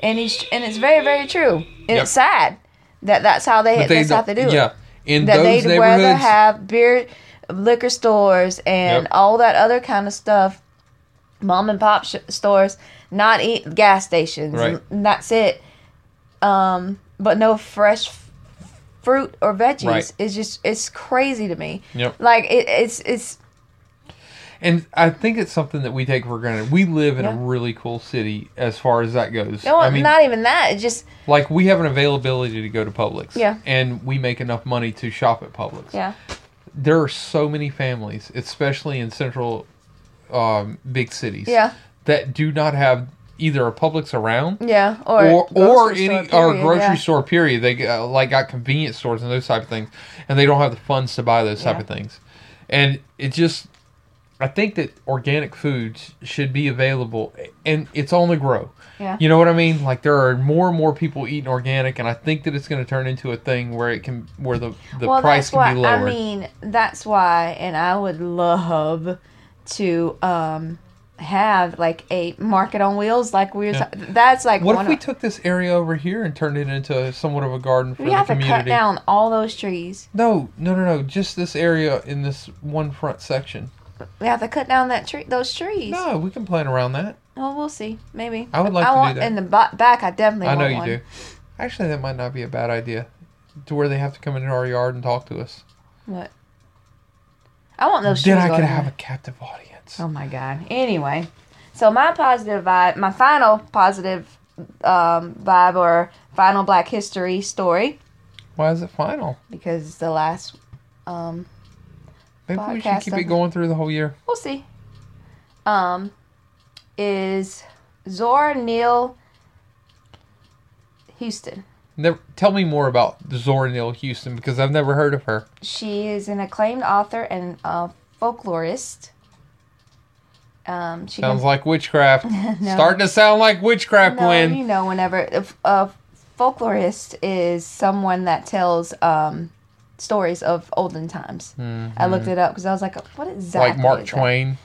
[SPEAKER 1] And he's and it's very very true. And
[SPEAKER 2] Yep.
[SPEAKER 1] it's sad that that's how they,
[SPEAKER 2] But they
[SPEAKER 1] that's how they
[SPEAKER 2] don't-
[SPEAKER 1] do it.
[SPEAKER 2] Yeah. In
[SPEAKER 1] that
[SPEAKER 2] those
[SPEAKER 1] they'd rather
[SPEAKER 2] neighborhoods,
[SPEAKER 1] have beer, liquor stores, and
[SPEAKER 2] Yep.
[SPEAKER 1] all that other kind of stuff, mom and pop sh- stores, not eat gas stations,
[SPEAKER 2] Right.
[SPEAKER 1] and that's it. Um, but no fresh f- fruit or veggies.
[SPEAKER 2] Right.
[SPEAKER 1] It's just it's crazy to me.
[SPEAKER 2] Yep.
[SPEAKER 1] Like it, it's it's
[SPEAKER 2] and I think it's something that we take for granted. We live in
[SPEAKER 1] Yeah.
[SPEAKER 2] a really cool city as far as that goes.
[SPEAKER 1] no,
[SPEAKER 2] I mean,
[SPEAKER 1] not even that. It's just
[SPEAKER 2] like we have an availability to go to Publix.
[SPEAKER 1] Yeah.
[SPEAKER 2] And we make enough money to shop at Publix.
[SPEAKER 1] yeah,
[SPEAKER 2] There are so many families, especially in central um, big cities,
[SPEAKER 1] yeah,
[SPEAKER 2] that do not have either a Publix around
[SPEAKER 1] yeah, or
[SPEAKER 2] or or
[SPEAKER 1] grocery
[SPEAKER 2] any
[SPEAKER 1] store,
[SPEAKER 2] or
[SPEAKER 1] period,
[SPEAKER 2] grocery
[SPEAKER 1] yeah.
[SPEAKER 2] store period. They uh, like got convenience stores and those type of things, and they don't have the funds to buy those type
[SPEAKER 1] Yeah.
[SPEAKER 2] of things. And it just, I think that organic foods should be available, and it's on the grow.
[SPEAKER 1] Yeah.
[SPEAKER 2] You know what I mean? Like there are more and more people eating organic, and I think that it's going to turn into a thing where it can where the the price
[SPEAKER 1] that's why,
[SPEAKER 2] can be lowered.
[SPEAKER 1] I mean, that's why, and I would love to um have like a market on wheels, like we were.
[SPEAKER 2] Yeah.
[SPEAKER 1] ta- that's like
[SPEAKER 2] what
[SPEAKER 1] one
[SPEAKER 2] if we
[SPEAKER 1] of,
[SPEAKER 2] took this area over here and turned it into somewhat of a garden for
[SPEAKER 1] we
[SPEAKER 2] the
[SPEAKER 1] have to
[SPEAKER 2] community?
[SPEAKER 1] cut down all those trees.
[SPEAKER 2] No, no, no, no. Just this area in this one front section.
[SPEAKER 1] We have to cut down that tree, those trees.
[SPEAKER 2] No, we can plan around that.
[SPEAKER 1] Well, we'll see. Maybe
[SPEAKER 2] I would like to do
[SPEAKER 1] want
[SPEAKER 2] that.
[SPEAKER 1] in the ba- back. I definitely.
[SPEAKER 2] I know
[SPEAKER 1] want
[SPEAKER 2] you
[SPEAKER 1] one.
[SPEAKER 2] do. Actually, that might not be a bad idea. To where they have to come into our yard and talk to us.
[SPEAKER 1] What? I want those.
[SPEAKER 2] then
[SPEAKER 1] trees
[SPEAKER 2] I could
[SPEAKER 1] going
[SPEAKER 2] have
[SPEAKER 1] away.
[SPEAKER 2] a captive audience.
[SPEAKER 1] Oh my god. Anyway, so my positive vibe, my final positive um, vibe or final Black History story
[SPEAKER 2] Why is it final?
[SPEAKER 1] because it's the last. Um,
[SPEAKER 2] Maybe we should
[SPEAKER 1] Podcast
[SPEAKER 2] keep
[SPEAKER 1] of
[SPEAKER 2] it
[SPEAKER 1] it.
[SPEAKER 2] going through the whole year.
[SPEAKER 1] we'll see. Um, is Zora Neale Houston?
[SPEAKER 2] Never, tell me more about Zora Neale Houston because I've never heard of her.
[SPEAKER 1] She is an acclaimed author and uh, folklorist. Um, she
[SPEAKER 2] Sounds like witchcraft.
[SPEAKER 1] No.
[SPEAKER 2] Starting to sound like witchcraft,
[SPEAKER 1] No,
[SPEAKER 2] Gwen.
[SPEAKER 1] you know, whenever a, a folklorist is someone that tells um, stories of olden times. I looked it up because I was like, what exactly?
[SPEAKER 2] Mm-hmm. like Mark
[SPEAKER 1] is that?
[SPEAKER 2] Twain.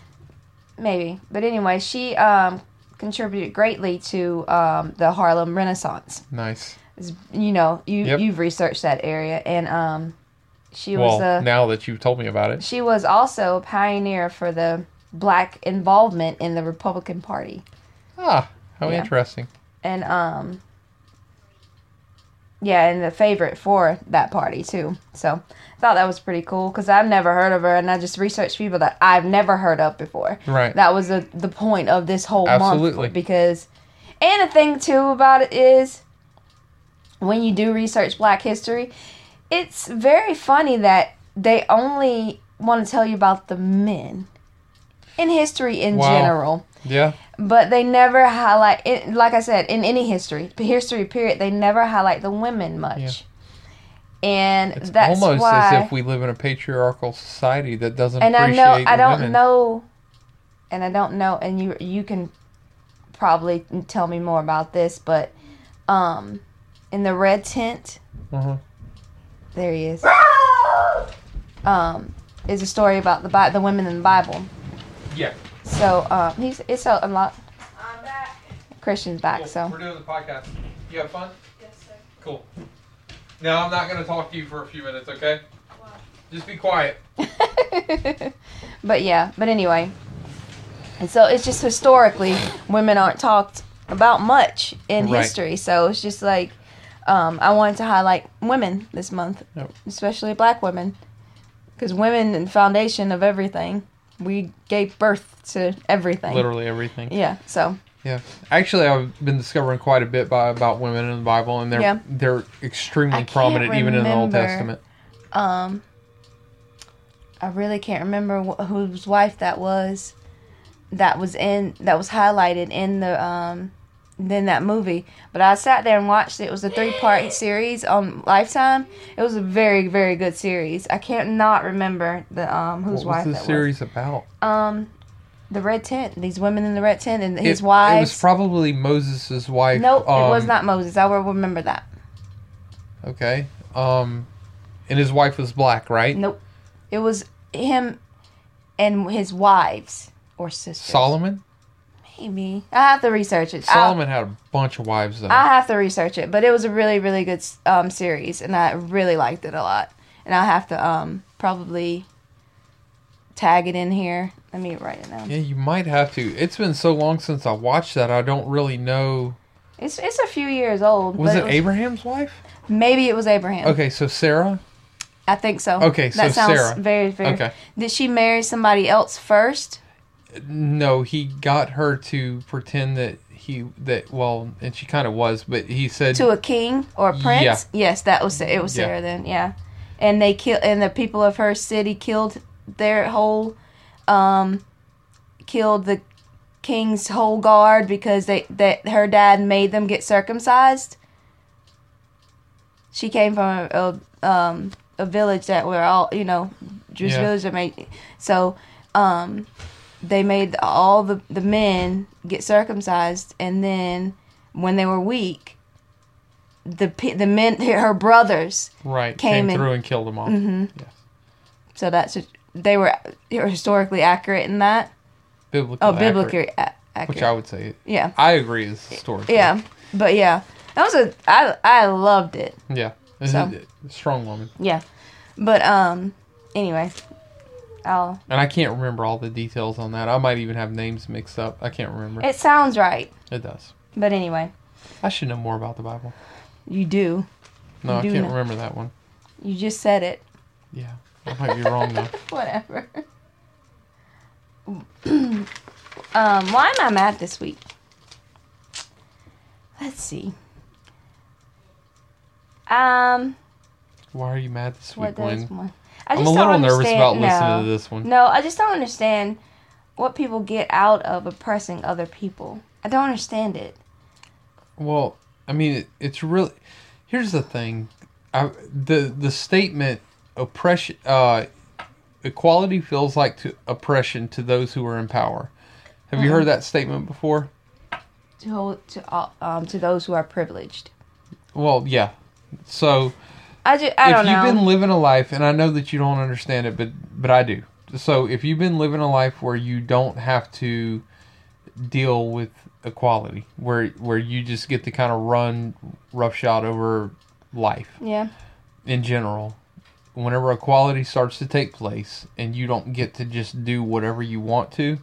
[SPEAKER 1] maybe but anyway she um, contributed greatly to um, the harlem renaissance
[SPEAKER 2] Nice.
[SPEAKER 1] It's- you know you
[SPEAKER 2] Yep.
[SPEAKER 1] you've researched that area and um, she
[SPEAKER 2] Well,
[SPEAKER 1] was uh, a
[SPEAKER 2] now that you've told me about it,
[SPEAKER 1] she was also a pioneer for the black involvement in the republican party
[SPEAKER 2] ah, how
[SPEAKER 1] Yeah.
[SPEAKER 2] interesting.
[SPEAKER 1] and um yeah and the favorite for that party too so i thought that was pretty cool because i've never heard of her and i just researched people that i've never heard of before
[SPEAKER 2] Right.
[SPEAKER 1] that was the, the point of this whole
[SPEAKER 2] Absolutely.
[SPEAKER 1] month because and the thing too about it is when you do research black history it's very funny that they only want to tell you about the men in history in
[SPEAKER 2] Wow.
[SPEAKER 1] general
[SPEAKER 2] Yeah.
[SPEAKER 1] but they never highlight it like i said in any history history period they never highlight the women much and
[SPEAKER 2] It's
[SPEAKER 1] that's
[SPEAKER 2] almost
[SPEAKER 1] why
[SPEAKER 2] as if we live in a patriarchal society that doesn't
[SPEAKER 1] and i
[SPEAKER 2] appreciate
[SPEAKER 1] know i don't
[SPEAKER 2] women.
[SPEAKER 1] know and i don't know and you you can probably tell me more about this but um in the red tent
[SPEAKER 2] Uh-huh.
[SPEAKER 1] there he is um is a story about the Bi- the women in the bible
[SPEAKER 2] Yeah.
[SPEAKER 1] so um he's it's a, a lot
[SPEAKER 3] I'm back.
[SPEAKER 1] christian's back so
[SPEAKER 2] We're doing the podcast. You have fun?
[SPEAKER 3] Yes, sir.
[SPEAKER 2] Cool. Now I'm not going to talk to you for a few minutes, okay? Just be quiet.
[SPEAKER 1] but yeah, but anyway. And so it's just historically women aren't talked about much in
[SPEAKER 2] Right.
[SPEAKER 1] history. So it's just like um, I wanted to highlight women this month,
[SPEAKER 2] Yep.
[SPEAKER 1] especially black women, because women and foundation of everything. We gave birth to everything.
[SPEAKER 2] Literally everything.
[SPEAKER 1] Yeah. So
[SPEAKER 2] Yeah. Actually, I've been discovering quite a bit by, about women in the Bible, and they're
[SPEAKER 1] Yeah.
[SPEAKER 2] they're
[SPEAKER 1] I
[SPEAKER 2] extremely
[SPEAKER 1] can't
[SPEAKER 2] prominent even in the Old
[SPEAKER 1] remember.
[SPEAKER 2] Testament.
[SPEAKER 1] um, I really can't remember wh- whose wife that was. That was in that was highlighted in the um, in that movie. But I sat there and watched it. It was a three part series on Lifetime. It was a very very good series. I can't not remember the um whose wife
[SPEAKER 2] what was the
[SPEAKER 1] that
[SPEAKER 2] series about?
[SPEAKER 1] was. Um, the red tent. These women in the red tent and his
[SPEAKER 2] it, It was
[SPEAKER 1] wives.
[SPEAKER 2] probably Moses' wife.
[SPEAKER 1] nope, it was
[SPEAKER 2] um,
[SPEAKER 1] not Moses. I will remember that.
[SPEAKER 2] Okay. Um, and his wife was black, right?
[SPEAKER 1] Nope, it was him and his wives or sisters.
[SPEAKER 2] Solomon.
[SPEAKER 1] Maybe I have to research it. I'll-
[SPEAKER 2] Solomon had a bunch of wives though.
[SPEAKER 1] Uh, I have to research it, but it was a really, really good um, series, and I really liked it a lot. And I'll have to um, probably tag it in here. Let me write it down.
[SPEAKER 2] yeah, you might have to. It's been so long since I watched that. I don't really know.
[SPEAKER 1] It's it's a few years old.
[SPEAKER 2] Was
[SPEAKER 1] but
[SPEAKER 2] it Abraham's wife?
[SPEAKER 1] Maybe it was Abraham.
[SPEAKER 2] Okay, so Sarah.
[SPEAKER 1] I think so.
[SPEAKER 2] Okay, so
[SPEAKER 1] that sounds
[SPEAKER 2] Sarah.
[SPEAKER 1] very, very.
[SPEAKER 2] Okay.
[SPEAKER 1] Did she marry somebody else first?
[SPEAKER 2] No, he got her to pretend that he that well, and she kind of was, but he said
[SPEAKER 1] to a king or a prince.
[SPEAKER 2] Yeah.
[SPEAKER 1] Yes, that was it. Was
[SPEAKER 2] Yeah.
[SPEAKER 1] Sarah then? Yeah, and they kill and the people of her city killed their whole, um, killed the king's whole guard because they that her dad made them get circumcised. She came from a, a um a village that were all you know, Jewish
[SPEAKER 2] Yeah.
[SPEAKER 1] village that made so um. They made all the, the men get circumcised, and then when they were weak, the pe- the men her brothers
[SPEAKER 2] right
[SPEAKER 1] came
[SPEAKER 2] came,
[SPEAKER 1] and-
[SPEAKER 2] through and killed them all.
[SPEAKER 1] Mm-hmm.
[SPEAKER 2] Yes.
[SPEAKER 1] so that's they were historically accurate in that
[SPEAKER 2] Biblical.
[SPEAKER 1] oh
[SPEAKER 2] accurate,
[SPEAKER 1] biblically a- accurate
[SPEAKER 2] Which I would say
[SPEAKER 1] yeah
[SPEAKER 2] I agree is the story.
[SPEAKER 1] yeah but yeah that was a I I loved it
[SPEAKER 2] Yeah. This
[SPEAKER 1] So.
[SPEAKER 2] is a strong woman.
[SPEAKER 1] yeah but um anyway I'll
[SPEAKER 2] And I can't remember all the details on that. I might even have names mixed up. I can't remember. It,
[SPEAKER 1] it sounds right
[SPEAKER 2] does.
[SPEAKER 1] but anyway
[SPEAKER 2] I should know more about the Bible.
[SPEAKER 1] you do
[SPEAKER 2] No,
[SPEAKER 1] You
[SPEAKER 2] I
[SPEAKER 1] do
[SPEAKER 2] can't
[SPEAKER 1] know.
[SPEAKER 2] remember that one.
[SPEAKER 1] you just said it
[SPEAKER 2] Yeah. I might be wrong though.
[SPEAKER 1] whatever um why am I mad this week let's see um.
[SPEAKER 2] Why are you mad this week,
[SPEAKER 1] What does
[SPEAKER 2] Gwen?
[SPEAKER 1] one? I
[SPEAKER 2] I'm
[SPEAKER 1] just
[SPEAKER 2] a
[SPEAKER 1] don't
[SPEAKER 2] little nervous about
[SPEAKER 1] understand-
[SPEAKER 2] listening to
[SPEAKER 1] no.
[SPEAKER 2] this one.
[SPEAKER 1] No, I just don't understand what people get out of oppressing other people. I don't understand it.
[SPEAKER 2] Well, I mean, it, it's really. Here's the thing, I, the the statement oppression uh, equality feels like to oppression to those who are in power. Have you
[SPEAKER 1] Mm-hmm.
[SPEAKER 2] heard that statement before?
[SPEAKER 1] To hold to all, um to those who are privileged.
[SPEAKER 2] Well, yeah. So
[SPEAKER 1] I just I
[SPEAKER 2] if
[SPEAKER 1] don't
[SPEAKER 2] you've
[SPEAKER 1] know.
[SPEAKER 2] been living a life, and I know that you don't understand it, but but I do. So if you've been living a life where you don't have to deal with equality, where where you just get to kind of run roughshod over life,
[SPEAKER 1] yeah,
[SPEAKER 2] in general, whenever equality starts to take place and you don't get to just do whatever you want to,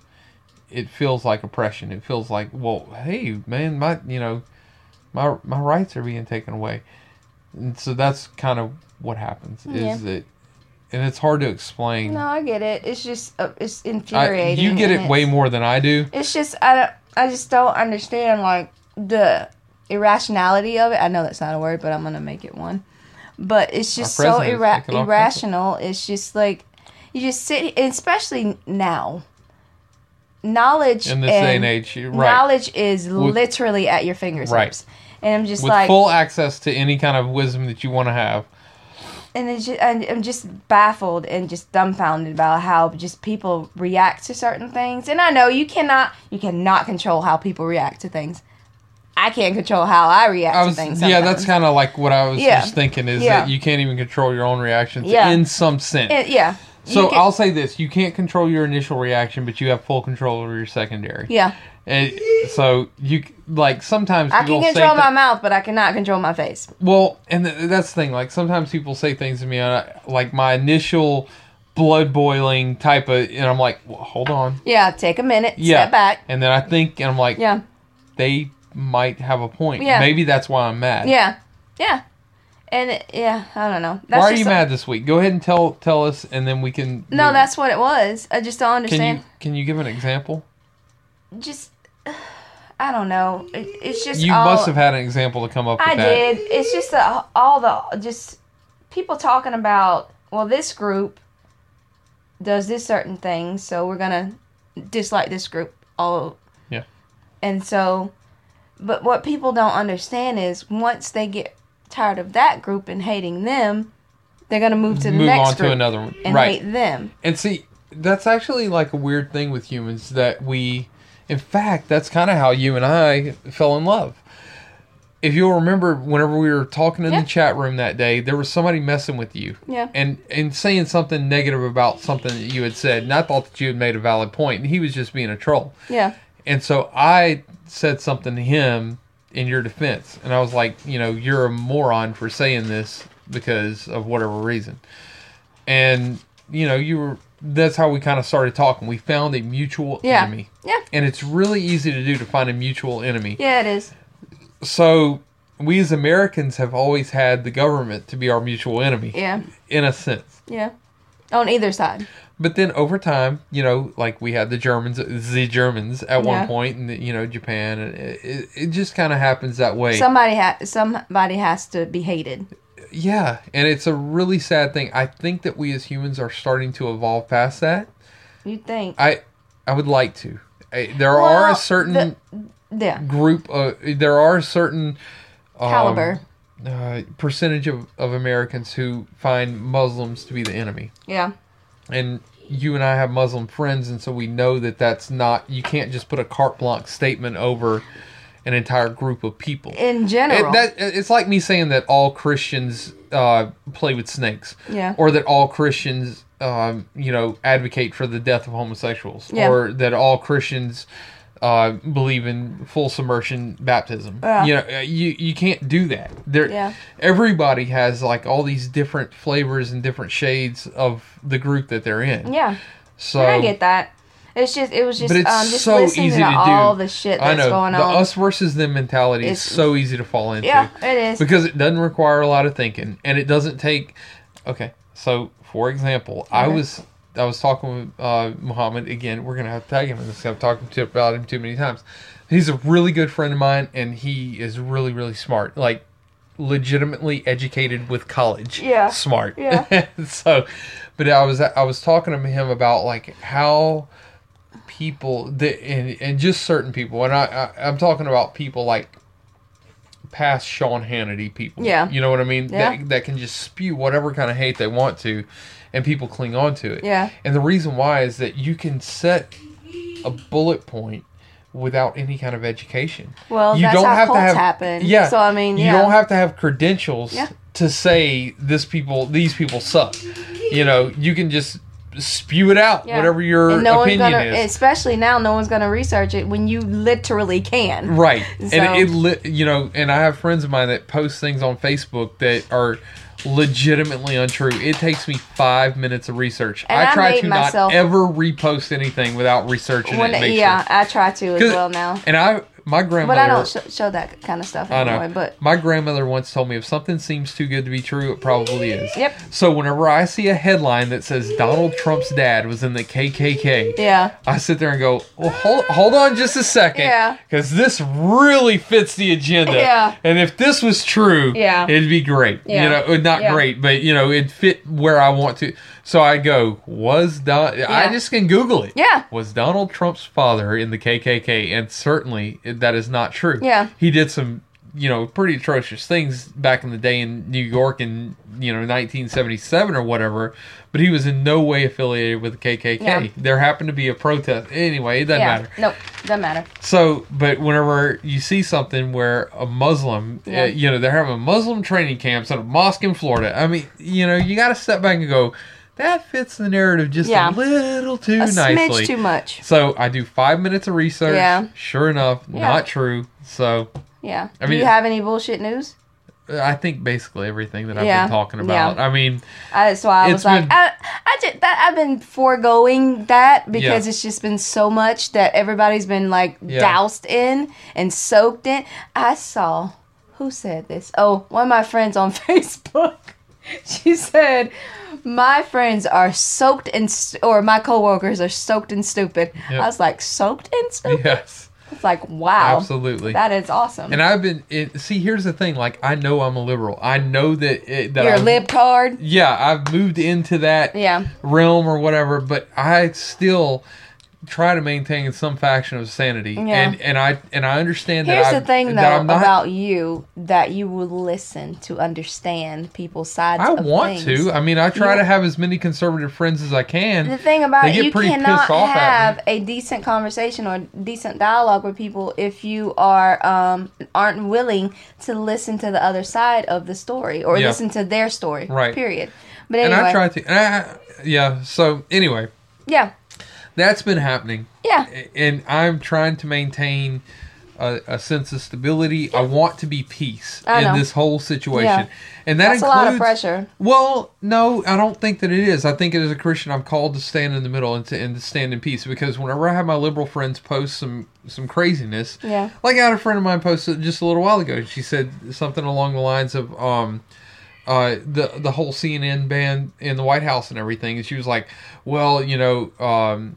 [SPEAKER 2] it feels like oppression. It feels like, well, hey, man, my you know, my my rights are being taken away, and so that's kind of what happens.
[SPEAKER 1] Yeah.
[SPEAKER 2] Is that, and it's hard to explain.
[SPEAKER 1] no, I get it. It's just uh, it's
[SPEAKER 2] I,
[SPEAKER 1] infuriating.
[SPEAKER 2] you get
[SPEAKER 1] and
[SPEAKER 2] it way
[SPEAKER 1] it's-
[SPEAKER 2] more than I do.
[SPEAKER 1] It's just I don't. I just don't understand like the irrationality of it. I know that's not a word, but I'm gonna make it one. But it's just so
[SPEAKER 2] president is
[SPEAKER 1] irra-
[SPEAKER 2] taking off
[SPEAKER 1] irrational. It's just like you just sit, especially now. Knowledge
[SPEAKER 2] In this day and age, you- right?
[SPEAKER 1] knowledge is literally at your fingertips.
[SPEAKER 2] Right.
[SPEAKER 1] And I'm just
[SPEAKER 2] With
[SPEAKER 1] like,
[SPEAKER 2] full access to any kind of wisdom that you want to have.
[SPEAKER 1] and it's just, and I'm just baffled and just dumbfounded about how just people react to certain things. And I know you cannot, you cannot control how people react to things. I can't control how I react
[SPEAKER 2] I
[SPEAKER 1] to
[SPEAKER 2] was,
[SPEAKER 1] things.
[SPEAKER 2] yeah, that's kind of like what I was
[SPEAKER 1] Yeah.
[SPEAKER 2] just thinking is
[SPEAKER 1] Yeah.
[SPEAKER 2] that you can't even control your own reactions
[SPEAKER 1] Yeah.
[SPEAKER 2] in some sense.
[SPEAKER 1] of yeah. You
[SPEAKER 2] so
[SPEAKER 1] can-
[SPEAKER 2] I'll say this: you can't control your initial reaction, but you have full control over your secondary.
[SPEAKER 1] yeah,
[SPEAKER 2] And so you like sometimes
[SPEAKER 1] I can
[SPEAKER 2] people say
[SPEAKER 1] control my
[SPEAKER 2] thi-
[SPEAKER 1] mouth, but I cannot control my face.
[SPEAKER 2] well, and th- that's the thing. Like sometimes people say things to me, and I, like my initial blood boiling type of, and I'm like, well, hold on,
[SPEAKER 1] Yeah, take a minute,
[SPEAKER 2] yeah,
[SPEAKER 1] step back.
[SPEAKER 2] and then I think, and I'm like,
[SPEAKER 1] Yeah,
[SPEAKER 2] they might have a point.
[SPEAKER 1] Yeah.
[SPEAKER 2] Maybe that's why I'm mad.
[SPEAKER 1] yeah, yeah. And it, yeah, I don't know. That's
[SPEAKER 2] why are
[SPEAKER 1] just
[SPEAKER 2] you mad this week? Go ahead and tell tell us, and then we can.
[SPEAKER 1] No, that's what it was. I just don't
[SPEAKER 2] Can
[SPEAKER 1] understand.
[SPEAKER 2] you can you give an example?
[SPEAKER 1] just I don't know. It, it's just
[SPEAKER 2] You
[SPEAKER 1] all,
[SPEAKER 2] must have had an example to come up with
[SPEAKER 1] Oh. I
[SPEAKER 2] that.
[SPEAKER 1] did. It's just the, all the just people talking about. Well, this group does this certain thing, so we're gonna dislike this group. All
[SPEAKER 2] Yeah.
[SPEAKER 1] And so, but what people don't understand is once they get tired of that group and hating them, they're gonna move to the
[SPEAKER 2] Move
[SPEAKER 1] next
[SPEAKER 2] on
[SPEAKER 1] group
[SPEAKER 2] to another one.
[SPEAKER 1] and
[SPEAKER 2] right.
[SPEAKER 1] hate them.
[SPEAKER 2] And see, that's actually like a weird thing with humans that we in fact that's kind of how you and i fell in love if you'll remember whenever we were talking in
[SPEAKER 1] Yeah.
[SPEAKER 2] the chat room that day there was somebody messing with you
[SPEAKER 1] Yeah.
[SPEAKER 2] and and saying something negative about something that you had said and i thought that you had made a valid point and he was just being a troll
[SPEAKER 1] Yeah.
[SPEAKER 2] and so I said something to him in your defense. And I was like, you know, you're a moron for saying this because of whatever reason. And, you know, you were, that's how we kind of started talking. We found a mutual
[SPEAKER 1] Yeah.
[SPEAKER 2] enemy.
[SPEAKER 1] Yeah.
[SPEAKER 2] And it's really easy to do to find a mutual enemy.
[SPEAKER 1] Yeah, it is.
[SPEAKER 2] So we as Americans have always had the government to be our mutual enemy
[SPEAKER 1] Yeah.
[SPEAKER 2] in a sense.
[SPEAKER 1] Yeah. On either side.
[SPEAKER 2] But then over time, you know, like we had the Germans, the Germans at
[SPEAKER 1] Yeah.
[SPEAKER 2] one point, and you know, Japan, and it, it, it just kind of happens that way.
[SPEAKER 1] Somebody ha- somebody has to be hated.
[SPEAKER 2] yeah, and it's a really sad thing. I think that we as humans are starting to evolve past that.
[SPEAKER 1] You think?
[SPEAKER 2] I, I would like to. I, there are
[SPEAKER 1] Well,
[SPEAKER 2] a certain
[SPEAKER 1] the- yeah.
[SPEAKER 2] group. Uh, there are a certain um,
[SPEAKER 1] Caliber.
[SPEAKER 2] uh, percentage of, of Americans who find Muslims to be the enemy.
[SPEAKER 1] Yeah.
[SPEAKER 2] and you and I have Muslim friends, and so we know that that's not you can't just put a carte blanche statement over an entire group of people.
[SPEAKER 1] In
[SPEAKER 2] It,
[SPEAKER 1] general.
[SPEAKER 2] that, it's like me saying that all Christians uh, play with snakes,
[SPEAKER 1] Yeah.
[SPEAKER 2] or that all Christians, um, you know, advocate for the death of homosexuals,
[SPEAKER 1] Yeah.
[SPEAKER 2] or that all Christians uh, believe in full submersion baptism.
[SPEAKER 1] Yeah.
[SPEAKER 2] You know, uh, you you can't do that. There,
[SPEAKER 1] Yeah.
[SPEAKER 2] everybody has like all these different flavors and different shades of the group that they're in.
[SPEAKER 1] yeah.
[SPEAKER 2] So
[SPEAKER 1] I get that. It's just it was just
[SPEAKER 2] But it's
[SPEAKER 1] um just
[SPEAKER 2] so
[SPEAKER 1] listening
[SPEAKER 2] easy
[SPEAKER 1] to,
[SPEAKER 2] to do.
[SPEAKER 1] all the shit
[SPEAKER 2] I
[SPEAKER 1] that's
[SPEAKER 2] know
[SPEAKER 1] going
[SPEAKER 2] the
[SPEAKER 1] on.
[SPEAKER 2] us versus them mentality
[SPEAKER 1] It's-
[SPEAKER 2] is so easy to fall into.
[SPEAKER 1] yeah, it is.
[SPEAKER 2] because it doesn't require a lot of thinking and it doesn't take okay so for example i
[SPEAKER 1] Okay.
[SPEAKER 2] was i was talking with uh muhammad again we're gonna have to tag him in this i've talked to about him too many times he's a really good friend of mine and he is really really smart like legitimately educated with college
[SPEAKER 1] Yeah.
[SPEAKER 2] smart
[SPEAKER 1] Yeah.
[SPEAKER 2] so but i was i was talking to him about like how people that and, and just certain people and I, I i'm talking about people like past sean hannity people
[SPEAKER 1] Yeah.
[SPEAKER 2] you know what i mean
[SPEAKER 1] Yeah.
[SPEAKER 2] that, that can just spew whatever kind of hate they want to and people cling on to it
[SPEAKER 1] Yeah.
[SPEAKER 2] and the reason why is that you can set a bullet point without any kind of education
[SPEAKER 1] Well,
[SPEAKER 2] you
[SPEAKER 1] that's
[SPEAKER 2] don't
[SPEAKER 1] how
[SPEAKER 2] have to
[SPEAKER 1] cults
[SPEAKER 2] have
[SPEAKER 1] happen.
[SPEAKER 2] yeah
[SPEAKER 1] So, I mean,
[SPEAKER 2] you
[SPEAKER 1] yeah.
[SPEAKER 2] don't have to have credentials
[SPEAKER 1] Yeah.
[SPEAKER 2] to say this people these people suck you know you can just spew it out
[SPEAKER 1] Yeah.
[SPEAKER 2] whatever your
[SPEAKER 1] And no one's
[SPEAKER 2] opinion
[SPEAKER 1] gonna,
[SPEAKER 2] is
[SPEAKER 1] especially now, no one's gonna research it when you literally can.
[SPEAKER 2] Right.
[SPEAKER 1] So-
[SPEAKER 2] And it, li- you know, and I have friends of mine that post things on Facebook that are legitimately untrue. It takes me five minutes of research.
[SPEAKER 1] And I
[SPEAKER 2] try
[SPEAKER 1] made
[SPEAKER 2] to
[SPEAKER 1] myself-
[SPEAKER 2] not ever repost anything without researching
[SPEAKER 1] When,
[SPEAKER 2] it. and make
[SPEAKER 1] yeah,
[SPEAKER 2] sure.
[SPEAKER 1] I try to as
[SPEAKER 2] 'Cause-
[SPEAKER 1] well now,
[SPEAKER 2] And I, my grandmother.
[SPEAKER 1] but I don't sh- show that kind of stuff
[SPEAKER 2] I know.
[SPEAKER 1] anymore. But
[SPEAKER 2] my grandmother once told me if something seems too good to be true, it probably is.
[SPEAKER 1] Yep.
[SPEAKER 2] So whenever I see a headline that says Donald Trump's dad was in the KKK,
[SPEAKER 1] yeah,
[SPEAKER 2] I sit there and go, well, hold, hold on just a second.
[SPEAKER 1] Yeah.
[SPEAKER 2] Because this really fits the agenda.
[SPEAKER 1] Yeah.
[SPEAKER 2] And if this was true,
[SPEAKER 1] Yeah.
[SPEAKER 2] it'd be great.
[SPEAKER 1] Yeah.
[SPEAKER 2] You know, uh, not
[SPEAKER 1] Yeah.
[SPEAKER 2] great, but, you know, it'd fit where I want to. So I go, was Don,
[SPEAKER 1] Yeah.
[SPEAKER 2] I just can Google it.
[SPEAKER 1] Yeah.
[SPEAKER 2] Was Donald Trump's father in the KKK? And certainly it- that is not true.
[SPEAKER 1] Yeah.
[SPEAKER 2] He did some. You know, pretty atrocious things back in the day in New York in you know 1977 or whatever, but he was in no way affiliated with the KKK.
[SPEAKER 1] Yeah.
[SPEAKER 2] There happened to be a protest. Anyway, it doesn't
[SPEAKER 1] yeah,
[SPEAKER 2] matter.
[SPEAKER 1] nope, doesn't matter.
[SPEAKER 2] So, but whenever you see something where a Muslim, uh,
[SPEAKER 1] Yeah.
[SPEAKER 2] you know, they're having Muslim training camps at a mosque in Florida, I mean, you know, you got to step back and go, that fits the narrative just
[SPEAKER 1] Yeah.
[SPEAKER 2] a little too
[SPEAKER 1] A
[SPEAKER 2] nicely.
[SPEAKER 1] smidge too much.
[SPEAKER 2] so I do five minutes of research.
[SPEAKER 1] Yeah.
[SPEAKER 2] Sure enough,
[SPEAKER 1] Yeah.
[SPEAKER 2] not true. So
[SPEAKER 1] Yeah.
[SPEAKER 2] I
[SPEAKER 1] Do
[SPEAKER 2] mean-
[SPEAKER 1] you have any bullshit news?
[SPEAKER 2] uh, I think basically everything that I've
[SPEAKER 1] Yeah.
[SPEAKER 2] been talking
[SPEAKER 1] Yeah.
[SPEAKER 2] about. I mean,
[SPEAKER 1] I, so I was
[SPEAKER 2] It's
[SPEAKER 1] like,
[SPEAKER 2] been-
[SPEAKER 1] I, I just that I've been foregoing that because it's just been so much that everybody's been like
[SPEAKER 2] Yeah.
[SPEAKER 1] doused in and soaked in. I saw who said this. Oh, one of my friends on Facebook. she said, "My friends are soaked in, st- or my coworkers are soaked in stupid."
[SPEAKER 2] Yep.
[SPEAKER 1] I was like, "Soaked in stupid."
[SPEAKER 2] yes,
[SPEAKER 1] It's like, wow,
[SPEAKER 2] absolutely.
[SPEAKER 1] that is awesome.
[SPEAKER 2] And I've been it, see. Here's the thing. Like I know I'm a liberal. I know that it, that
[SPEAKER 1] Your
[SPEAKER 2] I'm,
[SPEAKER 1] lib card,
[SPEAKER 2] Yeah, I've moved into that
[SPEAKER 1] yeah,
[SPEAKER 2] realm or whatever. But I still try to maintain some faction of sanity.
[SPEAKER 1] Yeah.
[SPEAKER 2] And and I and I understand
[SPEAKER 1] Here's
[SPEAKER 2] that. I-
[SPEAKER 1] the thing, though,
[SPEAKER 2] that I'm not,
[SPEAKER 1] about you that you will listen to understand people's sides.
[SPEAKER 2] I
[SPEAKER 1] of
[SPEAKER 2] want
[SPEAKER 1] things.
[SPEAKER 2] to. I mean, I try
[SPEAKER 1] You-
[SPEAKER 2] to have as many conservative friends as I
[SPEAKER 1] The
[SPEAKER 2] can.
[SPEAKER 1] thing about
[SPEAKER 2] They
[SPEAKER 1] it,
[SPEAKER 2] get
[SPEAKER 1] you
[SPEAKER 2] pretty pissed
[SPEAKER 1] cannot
[SPEAKER 2] off at
[SPEAKER 1] have a decent conversation or decent dialogue with people if you are um, aren't willing to listen to the other side of the story or
[SPEAKER 2] Yeah.
[SPEAKER 1] listen to their story.
[SPEAKER 2] Right.
[SPEAKER 1] Period. But anyway,
[SPEAKER 2] And I try to. And I, yeah. So anyway,
[SPEAKER 1] yeah,
[SPEAKER 2] that's been happening.
[SPEAKER 1] yeah.
[SPEAKER 2] and I'm trying to maintain a, a sense of stability. I want to be peace
[SPEAKER 1] I
[SPEAKER 2] in
[SPEAKER 1] know.
[SPEAKER 2] this whole situation,
[SPEAKER 1] Yeah.
[SPEAKER 2] and that
[SPEAKER 1] That's a
[SPEAKER 2] includes.
[SPEAKER 1] lot of pressure.
[SPEAKER 2] Well, no, I don't think that it is. I think as a Christian, I'm called to stand in the middle and to, and to stand in peace. Because whenever I have my liberal friends post some some craziness,
[SPEAKER 1] Yeah.
[SPEAKER 2] like I had a friend of mine post it just a little while ago. She said something along the lines of, um, uh, the the whole CNN ban in the White House and everything, and she was like, "Well, you know, um,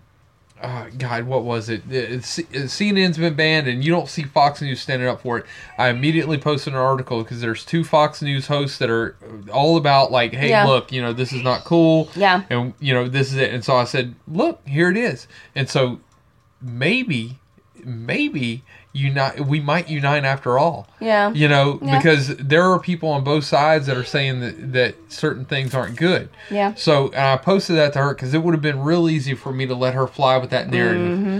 [SPEAKER 2] uh, God, what was it? The- it's- uh, CNN's been banned, and you don't see Fox News standing up for it." I immediately posted an article because there's two Fox News hosts that are all about like, "Hey,
[SPEAKER 1] Yeah.
[SPEAKER 2] look, you know, this is not cool."
[SPEAKER 1] Yeah.
[SPEAKER 2] and you know, this is it. And so I said, "Look, here it is," and so maybe, maybe. Unite, we might unite after all.
[SPEAKER 1] Yeah.
[SPEAKER 2] You know,
[SPEAKER 1] Yeah.
[SPEAKER 2] because there are people on both sides that are saying that, that certain things aren't good.
[SPEAKER 1] Yeah.
[SPEAKER 2] So, and I posted that to her because it would have been real easy for me to let her fly with that narrative.
[SPEAKER 1] Mm-hmm.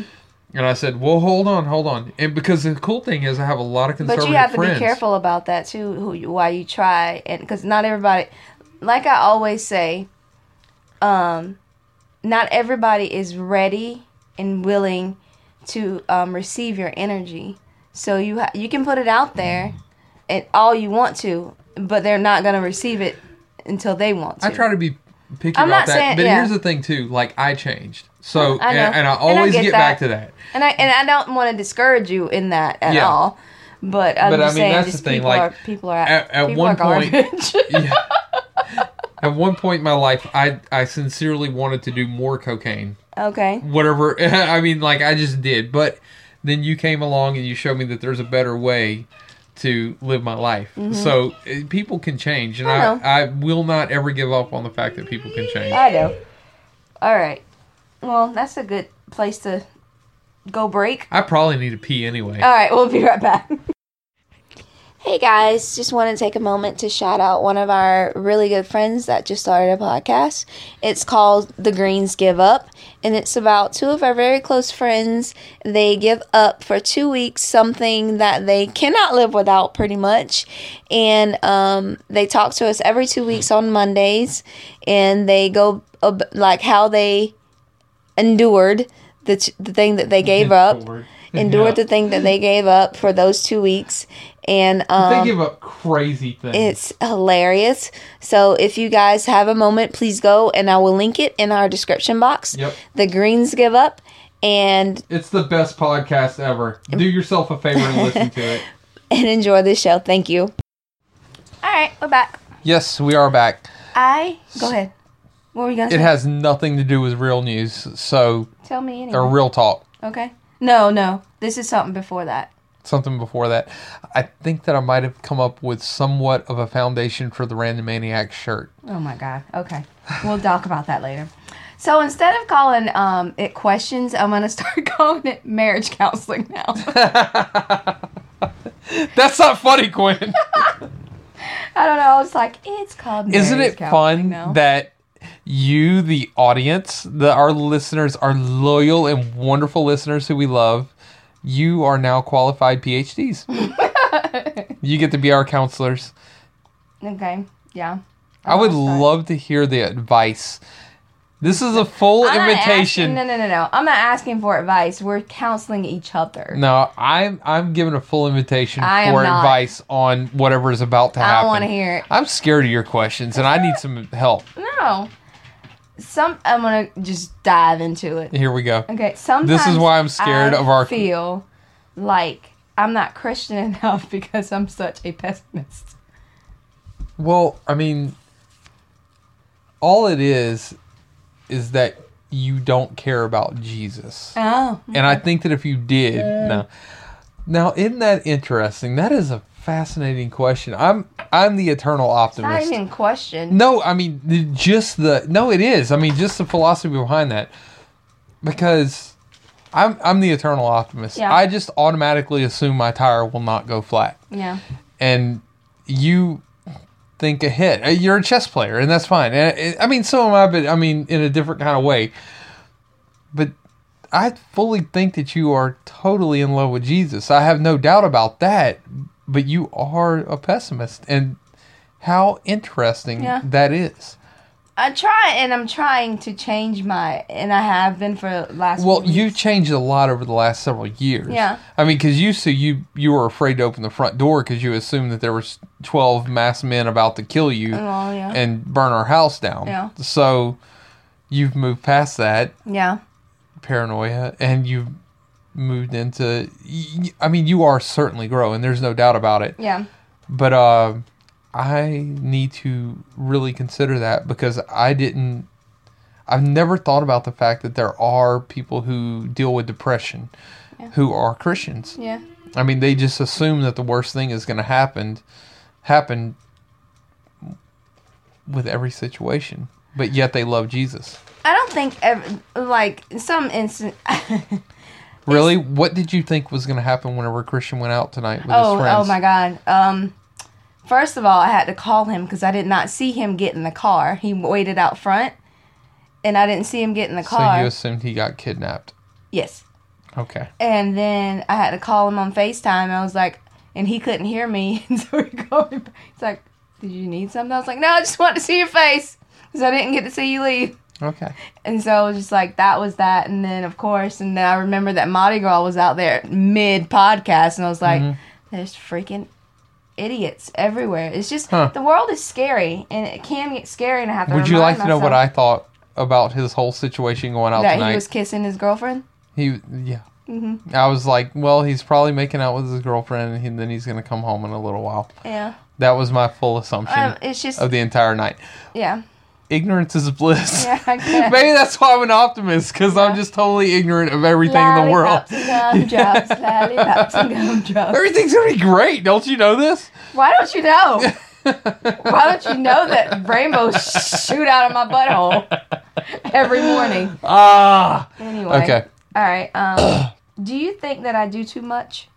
[SPEAKER 2] And I said, well, hold on, hold on. And because the cool thing is, I have a lot of conservative
[SPEAKER 1] But you have to be
[SPEAKER 2] friends.
[SPEAKER 1] careful about that too. Who you, why you try and because not everybody, like I always say, um, not everybody is ready and willing to um, receive your energy. So you ha- you can put it out there, and all you want to, but they're not gonna receive it until they want to.
[SPEAKER 2] I try to be picky
[SPEAKER 1] I'm
[SPEAKER 2] about
[SPEAKER 1] not
[SPEAKER 2] that.
[SPEAKER 1] saying-
[SPEAKER 2] but
[SPEAKER 1] yeah.
[SPEAKER 2] here's the thing, too. Like, I changed. So,
[SPEAKER 1] I know.
[SPEAKER 2] and, and I
[SPEAKER 1] And I
[SPEAKER 2] always
[SPEAKER 1] get
[SPEAKER 2] get, back
[SPEAKER 1] that.
[SPEAKER 2] to that.
[SPEAKER 1] and I and I don't want to discourage you in that at
[SPEAKER 2] Yeah.
[SPEAKER 1] all. But I'm
[SPEAKER 2] But, I
[SPEAKER 1] just
[SPEAKER 2] mean,
[SPEAKER 1] saying,
[SPEAKER 2] that's the
[SPEAKER 1] just
[SPEAKER 2] thing,
[SPEAKER 1] people
[SPEAKER 2] like,
[SPEAKER 1] are people are
[SPEAKER 2] at- at
[SPEAKER 1] people
[SPEAKER 2] one
[SPEAKER 1] are
[SPEAKER 2] point-
[SPEAKER 1] garbage.
[SPEAKER 2] yeah. At one point in my life, I, I sincerely wanted to do more cocaine.
[SPEAKER 1] okay.
[SPEAKER 2] whatever i mean like i just did but then you came along and you showed me that there's a better way to live my life so eh, people can change and
[SPEAKER 1] Mm-hmm. I
[SPEAKER 2] I,
[SPEAKER 1] know. Uh,
[SPEAKER 2] I, will not ever give up on the fact that people can change
[SPEAKER 1] I know. All right. Well, that's a good place to go break.
[SPEAKER 2] i probably need to pee anyway
[SPEAKER 1] All right, we'll be right back. Hey guys, just want to take a moment to shout out one of our really good friends that just started a podcast. It's called The Greens Give Up, and it's about two of our very close friends. They give up for two weeks something that they cannot live without, pretty much. And um, they talk to us every two weeks on Mondays, and they go ab- like how they endured the, t- the thing that they gave up
[SPEAKER 2] Forward.
[SPEAKER 1] endured
[SPEAKER 2] Yeah.
[SPEAKER 1] the thing that they gave up for those two weeks and
[SPEAKER 2] they
[SPEAKER 1] um,
[SPEAKER 2] give up crazy things
[SPEAKER 1] it's hilarious so if you guys have a moment please go and i will link it in our description box
[SPEAKER 2] Yep.
[SPEAKER 1] the greens give up and
[SPEAKER 2] it's the best podcast ever do yourself a favor and listen to it
[SPEAKER 1] and enjoy the show thank you all right we're back
[SPEAKER 2] yes we are back
[SPEAKER 1] i go ahead what were you gonna say
[SPEAKER 2] it has nothing to do with real news so
[SPEAKER 1] tell me
[SPEAKER 2] or
[SPEAKER 1] anyway
[SPEAKER 2] real talk
[SPEAKER 1] okay no no this is something before that
[SPEAKER 2] something before that. I think that I might have come up with somewhat of a foundation for the Random Maniac shirt.
[SPEAKER 1] Oh my God. Okay. We'll talk about that later. So instead of calling um, it questions, I'm going to start calling it marriage counseling now.
[SPEAKER 2] That's not funny, Quinn.
[SPEAKER 1] I don't know. It's like, it's called marriage
[SPEAKER 2] Isn't it
[SPEAKER 1] counseling
[SPEAKER 2] fun
[SPEAKER 1] now.
[SPEAKER 2] that you, the audience, the, our listeners, our loyal and wonderful listeners who we love, you are now qualified PhDs. you get to be our counselors.
[SPEAKER 1] Okay. Yeah.
[SPEAKER 2] I would
[SPEAKER 1] I'll start.
[SPEAKER 2] love to hear the advice. This is a full
[SPEAKER 1] I'm not
[SPEAKER 2] invitation.
[SPEAKER 1] asking- no, no, no, no. I'm not asking for advice. We're counseling each other.
[SPEAKER 2] No, I'm I'm giving a full invitation
[SPEAKER 1] I am
[SPEAKER 2] for
[SPEAKER 1] not.
[SPEAKER 2] advice on whatever is about to
[SPEAKER 1] I
[SPEAKER 2] happen.
[SPEAKER 1] wanna hear it.
[SPEAKER 2] I'm scared of your questions, and I need some help.
[SPEAKER 1] No. Some. I'm going to just dive into it.
[SPEAKER 2] Here we go.
[SPEAKER 1] Okay, sometimes
[SPEAKER 2] why I'm scared
[SPEAKER 1] I
[SPEAKER 2] of our-
[SPEAKER 1] feel like I'm not Christian enough because I'm such a pessimist.
[SPEAKER 2] Well, I mean, all it is is that you don't care about Jesus,
[SPEAKER 1] Oh,
[SPEAKER 2] and I think that if you did, no. Now, isn't that interesting? That is a fascinating question. I'm I'm the eternal
[SPEAKER 1] not
[SPEAKER 2] optimist.
[SPEAKER 1] even question.
[SPEAKER 2] No, I mean the- just the no. It is. I mean just the philosophy behind that, because I'm I'm the eternal optimist.
[SPEAKER 1] Yeah.
[SPEAKER 2] I just automatically assume my tire will not go flat.
[SPEAKER 1] Yeah.
[SPEAKER 2] and you think ahead. Uh, You're a chess player, and that's fine. And I I mean, so am I, but I mean, in a different kind of way. But I fully think that you are totally in love with Jesus. I have no doubt about that. But you are a pessimist, and how interesting
[SPEAKER 1] Yeah.
[SPEAKER 2] that is.
[SPEAKER 1] I try and I'm trying to change my and I have been for the last
[SPEAKER 2] Well,
[SPEAKER 1] few
[SPEAKER 2] you've
[SPEAKER 1] weeks.
[SPEAKER 2] changed a lot over the last several years.
[SPEAKER 1] Yeah.
[SPEAKER 2] I mean, because you see, you you were afraid to open the front door because you assumed that there was twelve masked men about to kill you.
[SPEAKER 1] Oh, Well, yeah.
[SPEAKER 2] and burn our house down.
[SPEAKER 1] Yeah.
[SPEAKER 2] So you've moved past that
[SPEAKER 1] yeah.
[SPEAKER 2] paranoia and you've moved into y- y- I mean you are certainly growing there's no doubt about it.
[SPEAKER 1] Yeah.
[SPEAKER 2] But uh I need to really consider that because I didn't I've never thought about the fact that there are people who deal with depression who are Christians.
[SPEAKER 1] Yeah.
[SPEAKER 2] I mean, they just assume that the worst thing is going to happen, happen with every situation. But yet they love Jesus.
[SPEAKER 1] I don't think ever like in some instant
[SPEAKER 2] Really, what did you think was going to happen whenever Christian went out tonight with
[SPEAKER 1] Oh,
[SPEAKER 2] his friends?
[SPEAKER 1] oh my God. Um, first of all, I had to call him because I did not see him get in the car. He waited out front, and I didn't see him get in the
[SPEAKER 2] So you
[SPEAKER 1] car.
[SPEAKER 2] assumed he got kidnapped.
[SPEAKER 1] yes.
[SPEAKER 2] Okay.
[SPEAKER 1] And then I had to call him on FaceTime. I was like, and he couldn't hear me, and so he called me. back. He's like, "Did you need something?" I was like, "No, I just wanted to see your face because I didn't get to see you leave."
[SPEAKER 2] Okay.
[SPEAKER 1] And so it was just like that was that, and then of course, and then I remember that Mardi Gras was out there mid podcast, and I was like,
[SPEAKER 2] Mm-hmm.
[SPEAKER 1] "There's freaking idiots everywhere." It's just
[SPEAKER 2] Huh.
[SPEAKER 1] the world is scary, and it can get scary, and I have to.
[SPEAKER 2] Would you like
[SPEAKER 1] remind
[SPEAKER 2] to know what
[SPEAKER 1] myself
[SPEAKER 2] I thought about his whole situation going out
[SPEAKER 1] that
[SPEAKER 2] tonight?
[SPEAKER 1] he was Mm-hmm. kissing his girlfriend?
[SPEAKER 2] He yeah. I was like, well, he's probably making out with his girlfriend, and he- then he's going to come home in a little while.
[SPEAKER 1] Yeah,
[SPEAKER 2] That was my full assumption
[SPEAKER 1] um, it's just
[SPEAKER 2] of the entire night.
[SPEAKER 1] yeah,
[SPEAKER 2] ignorance is bliss.
[SPEAKER 1] Yeah, I guess.
[SPEAKER 2] Maybe that's why I'm an optimist because I'm
[SPEAKER 1] Yeah.
[SPEAKER 2] just totally ignorant of everything in the world.
[SPEAKER 1] Lollipops and gumdrops, lollipops and gumdrops.
[SPEAKER 2] Everything's gonna be great. Don't you know this?
[SPEAKER 1] Why don't you know? Why don't you know that rainbows shoot out of my butthole every morning?
[SPEAKER 2] Ah.
[SPEAKER 1] Anyway.
[SPEAKER 2] Okay.
[SPEAKER 1] All right. Um, do you think that I do too much?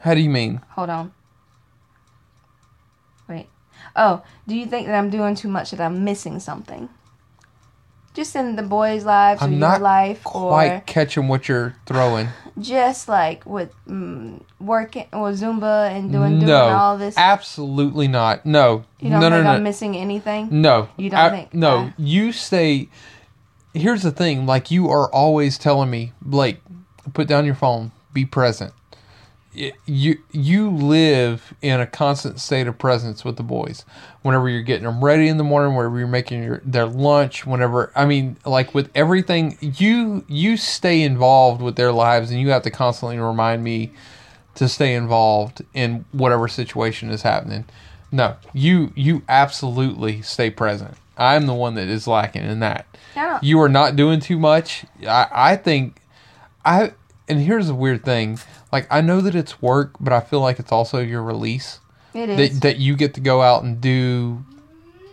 [SPEAKER 2] How do you mean?
[SPEAKER 1] Hold on. Wait. Oh, do you think that I'm doing too much? That I'm missing something? Just in the boys' lives
[SPEAKER 2] I'm
[SPEAKER 1] or your
[SPEAKER 2] not
[SPEAKER 1] life,
[SPEAKER 2] Quite catching what you're throwing.
[SPEAKER 1] or just like with mm, working or Zumba and doing doing
[SPEAKER 2] no.
[SPEAKER 1] all this.
[SPEAKER 2] Absolutely not. No.
[SPEAKER 1] You don't
[SPEAKER 2] no.
[SPEAKER 1] think
[SPEAKER 2] no.
[SPEAKER 1] I'm
[SPEAKER 2] no.
[SPEAKER 1] missing anything?
[SPEAKER 2] no.
[SPEAKER 1] You don't
[SPEAKER 2] I-
[SPEAKER 1] think-
[SPEAKER 2] No.
[SPEAKER 1] uh.
[SPEAKER 2] You say. Here's the thing. Like you are always telling me, Blake, put down your phone. Be present. Y- you you live in a constant state of presence with the boys whenever you're getting them ready in the morning whenever you're making your their lunch whenever i mean like with everything you you stay involved with their lives and you have to constantly remind me to stay involved in whatever situation is happening no you you absolutely stay present i'm the one that is lacking in that
[SPEAKER 1] I don't-
[SPEAKER 2] you are not doing too much i i think I and here's a weird thing. Like I know that it's work, but I feel like it's also your release
[SPEAKER 1] It
[SPEAKER 2] that
[SPEAKER 1] is.
[SPEAKER 2] that you get to go out and do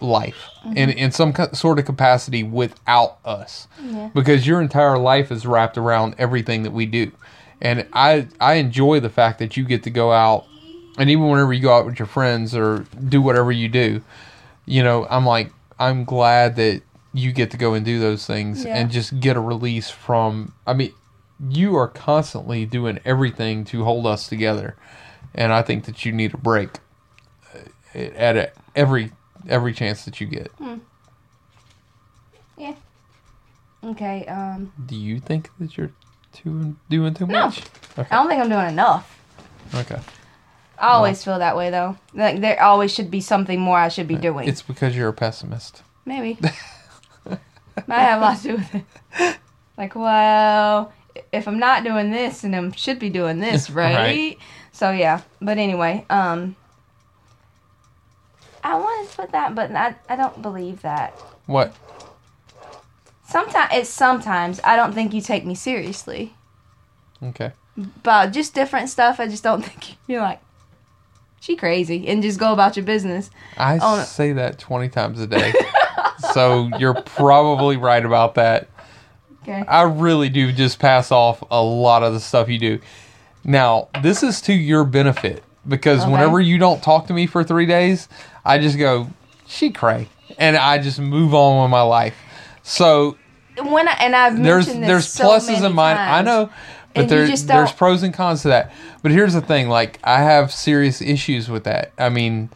[SPEAKER 2] life in
[SPEAKER 1] Mm-hmm.
[SPEAKER 2] in some co- sort of capacity without us,
[SPEAKER 1] Yeah.
[SPEAKER 2] because your entire life is wrapped around everything that we do, and I I enjoy the fact that you get to go out, and even whenever you go out with your friends or do whatever you do, you know I'm like I'm glad that you get to go and do those things
[SPEAKER 1] Yeah.
[SPEAKER 2] and just get a release from I mean you are constantly doing everything to hold us together and I think that you need a break uh, at a, every every chance that you get.
[SPEAKER 1] okay. Um,
[SPEAKER 2] Do you think that you're too doing too
[SPEAKER 1] No.
[SPEAKER 2] much?
[SPEAKER 1] I don't think I'm doing enough.
[SPEAKER 2] Okay,
[SPEAKER 1] I always feel that way though. Like there always should be something more I should be doing.
[SPEAKER 2] Uh, it's because you're a pessimist.
[SPEAKER 1] Maybe. Might have a lot to do with it. Like, well, if I'm not doing this, then I should be doing this, right?
[SPEAKER 2] Right.
[SPEAKER 1] So yeah. But anyway, um, I wanted to put that, but I I don't believe that.
[SPEAKER 2] What?
[SPEAKER 1] Sometimes it's sometimes I don't think you take me seriously.
[SPEAKER 2] Okay,
[SPEAKER 1] But just different stuff, I just don't think you- you're like, she crazy, and just go about your business.
[SPEAKER 2] I
[SPEAKER 1] Oh, no.
[SPEAKER 2] say that twenty times a day, so you're probably right about that.
[SPEAKER 1] Okay.
[SPEAKER 2] I really do just pass off a lot of the stuff you do. Now, this is to your benefit because
[SPEAKER 1] Okay.
[SPEAKER 2] whenever you don't talk to me for three days, I just go, she cray. And I just move on with my life. So
[SPEAKER 1] When I, and I've
[SPEAKER 2] there's
[SPEAKER 1] mentioned this
[SPEAKER 2] there's
[SPEAKER 1] so
[SPEAKER 2] pluses
[SPEAKER 1] many
[SPEAKER 2] and minus. I
[SPEAKER 1] times.
[SPEAKER 2] know, but
[SPEAKER 1] And you
[SPEAKER 2] there,
[SPEAKER 1] just
[SPEAKER 2] there's
[SPEAKER 1] don't-
[SPEAKER 2] pros and cons to that. But here's the thing: like I have serious issues with that. I mean,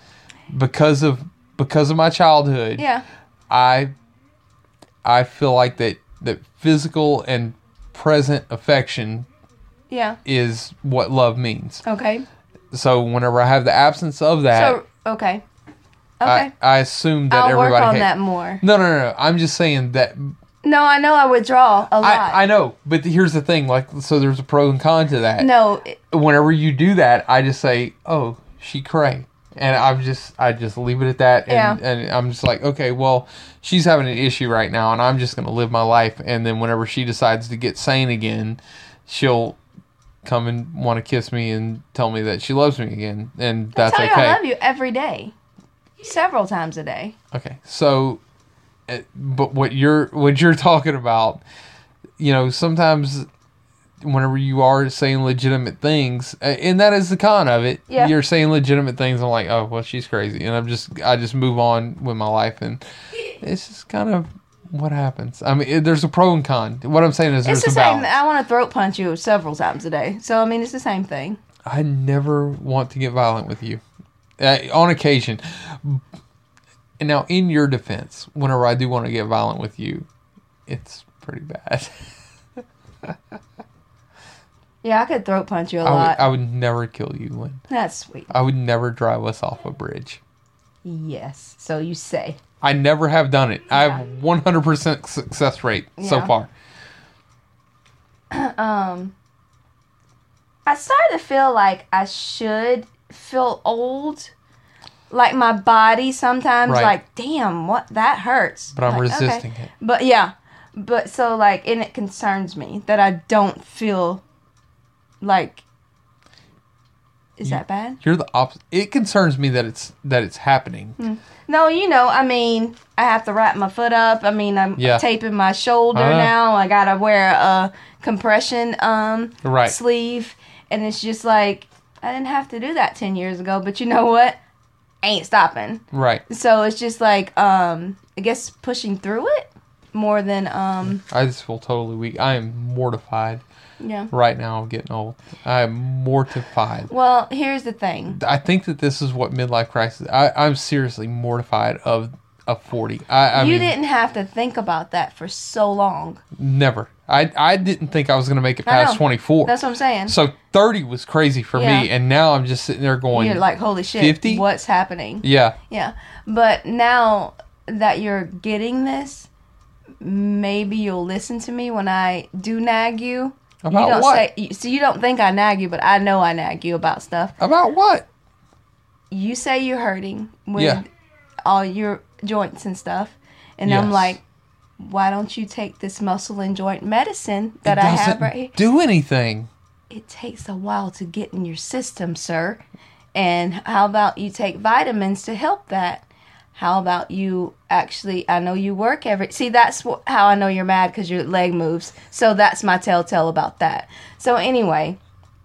[SPEAKER 2] because of because of my childhood,
[SPEAKER 1] Yeah.
[SPEAKER 2] I I feel like that that physical and present affection
[SPEAKER 1] Yeah.
[SPEAKER 2] is what love means.
[SPEAKER 1] Okay.
[SPEAKER 2] So whenever I have the absence of that,
[SPEAKER 1] So okay.
[SPEAKER 2] I,
[SPEAKER 1] Okay.
[SPEAKER 2] I assume that
[SPEAKER 1] I'll
[SPEAKER 2] everybody
[SPEAKER 1] work on
[SPEAKER 2] hate-
[SPEAKER 1] that more.
[SPEAKER 2] No, no, no, no. I'm just saying that
[SPEAKER 1] No, I know I withdraw a lot.
[SPEAKER 2] I, I know, but here's the thing. Like, so there's a pro and con to that.
[SPEAKER 1] no, it-
[SPEAKER 2] whenever you do that, I just say, "Oh, she cray," and I'm just I just leave it at that, and,
[SPEAKER 1] Yeah.
[SPEAKER 2] and I'm just like, okay, well, she's having an issue right now, and I'm just gonna live my life, and then whenever she decides to get sane again, she'll come and want to kiss me and tell me that she loves me again, and that's
[SPEAKER 1] tell
[SPEAKER 2] okay.
[SPEAKER 1] you I love you every day, several times a day.
[SPEAKER 2] Okay, so, uh, but what you're what you're talking about, you know, sometimes whenever you are saying legitimate things, a- and that is the con of it.
[SPEAKER 1] Yeah.
[SPEAKER 2] You're saying legitimate things. I'm like, oh well, she's crazy, and I'm just I just move on with my life, and it's just kind of what happens. I mean, it, there's a pro and con. What I'm saying is
[SPEAKER 1] It's
[SPEAKER 2] there's
[SPEAKER 1] the
[SPEAKER 2] a
[SPEAKER 1] same.
[SPEAKER 2] balance.
[SPEAKER 1] I want to throat punch you several times a day. So I mean, it's the same thing.
[SPEAKER 2] I never want to get violent with you. Uh, on occasion. And now, in your defense, whenever I do want to get violent with you, it's pretty bad.
[SPEAKER 1] Yeah, I could throat punch you a
[SPEAKER 2] I would,
[SPEAKER 1] lot.
[SPEAKER 2] I would never kill you, Lynn.
[SPEAKER 1] That's sweet.
[SPEAKER 2] I would never drive us off a bridge.
[SPEAKER 1] Yes. So you say.
[SPEAKER 2] I never have done it. I
[SPEAKER 1] Yeah.
[SPEAKER 2] have 100% success rate so
[SPEAKER 1] Yeah.
[SPEAKER 2] far.
[SPEAKER 1] Um, I started to feel like I should feel old. Like my body sometimes,
[SPEAKER 2] Right.
[SPEAKER 1] like, damn, what that hurts.
[SPEAKER 2] But I'm
[SPEAKER 1] Like, okay.
[SPEAKER 2] resisting it.
[SPEAKER 1] But yeah, but so like, and it concerns me that I don't feel like. Is
[SPEAKER 2] You-
[SPEAKER 1] that bad?
[SPEAKER 2] You're the opposite. It concerns me that it's that it's happening.
[SPEAKER 1] Hmm. No, you know, I mean, I have to wrap my foot up. I mean, I'm
[SPEAKER 2] Yeah. Uh-huh.
[SPEAKER 1] taping my shoulder
[SPEAKER 2] I know.
[SPEAKER 1] now. I gotta wear a compression um
[SPEAKER 2] Right.
[SPEAKER 1] sleeve, and it's just like I didn't have to do that ten years ago. But you know what? I ain't stopping.
[SPEAKER 2] Right.
[SPEAKER 1] So it's just like um, I guess pushing through it more than um,
[SPEAKER 2] I just feel totally weak. I am mortified
[SPEAKER 1] yeah.
[SPEAKER 2] right now of getting old. I am mortified.
[SPEAKER 1] Well, here's the thing.
[SPEAKER 2] I think that this is what midlife crisis. I, I'm seriously mortified of of forty. I, I
[SPEAKER 1] you
[SPEAKER 2] mean,
[SPEAKER 1] didn't have to think about that for so long.
[SPEAKER 2] never. I I didn't think I was gonna make it
[SPEAKER 1] I
[SPEAKER 2] past
[SPEAKER 1] know.
[SPEAKER 2] twenty four.
[SPEAKER 1] That's what I'm saying.
[SPEAKER 2] So thirty was crazy for
[SPEAKER 1] Yeah.
[SPEAKER 2] me, and now I'm just sitting there going,
[SPEAKER 1] You're like, holy shit,
[SPEAKER 2] 50?
[SPEAKER 1] what's happening?
[SPEAKER 2] yeah,
[SPEAKER 1] Yeah. But now that you're getting this, maybe you'll listen to me when I do nag you.
[SPEAKER 2] about
[SPEAKER 1] you don't
[SPEAKER 2] what?
[SPEAKER 1] say you- so you don't think I nag you, but I know I nag you about stuff.
[SPEAKER 2] about what?
[SPEAKER 1] You say you're hurting with
[SPEAKER 2] Yeah.
[SPEAKER 1] all your joints and stuff. And I'm
[SPEAKER 2] Yes.
[SPEAKER 1] like, why don't you take this muscle and joint medicine that
[SPEAKER 2] it
[SPEAKER 1] I
[SPEAKER 2] doesn't
[SPEAKER 1] have right here?
[SPEAKER 2] do anything.
[SPEAKER 1] it takes a while to get in your system, sir. And how about you take vitamins to help that? How about you actually? I know you work every. See, that's wh- how I know you're mad because your leg moves. So that's my telltale about that. So anyway,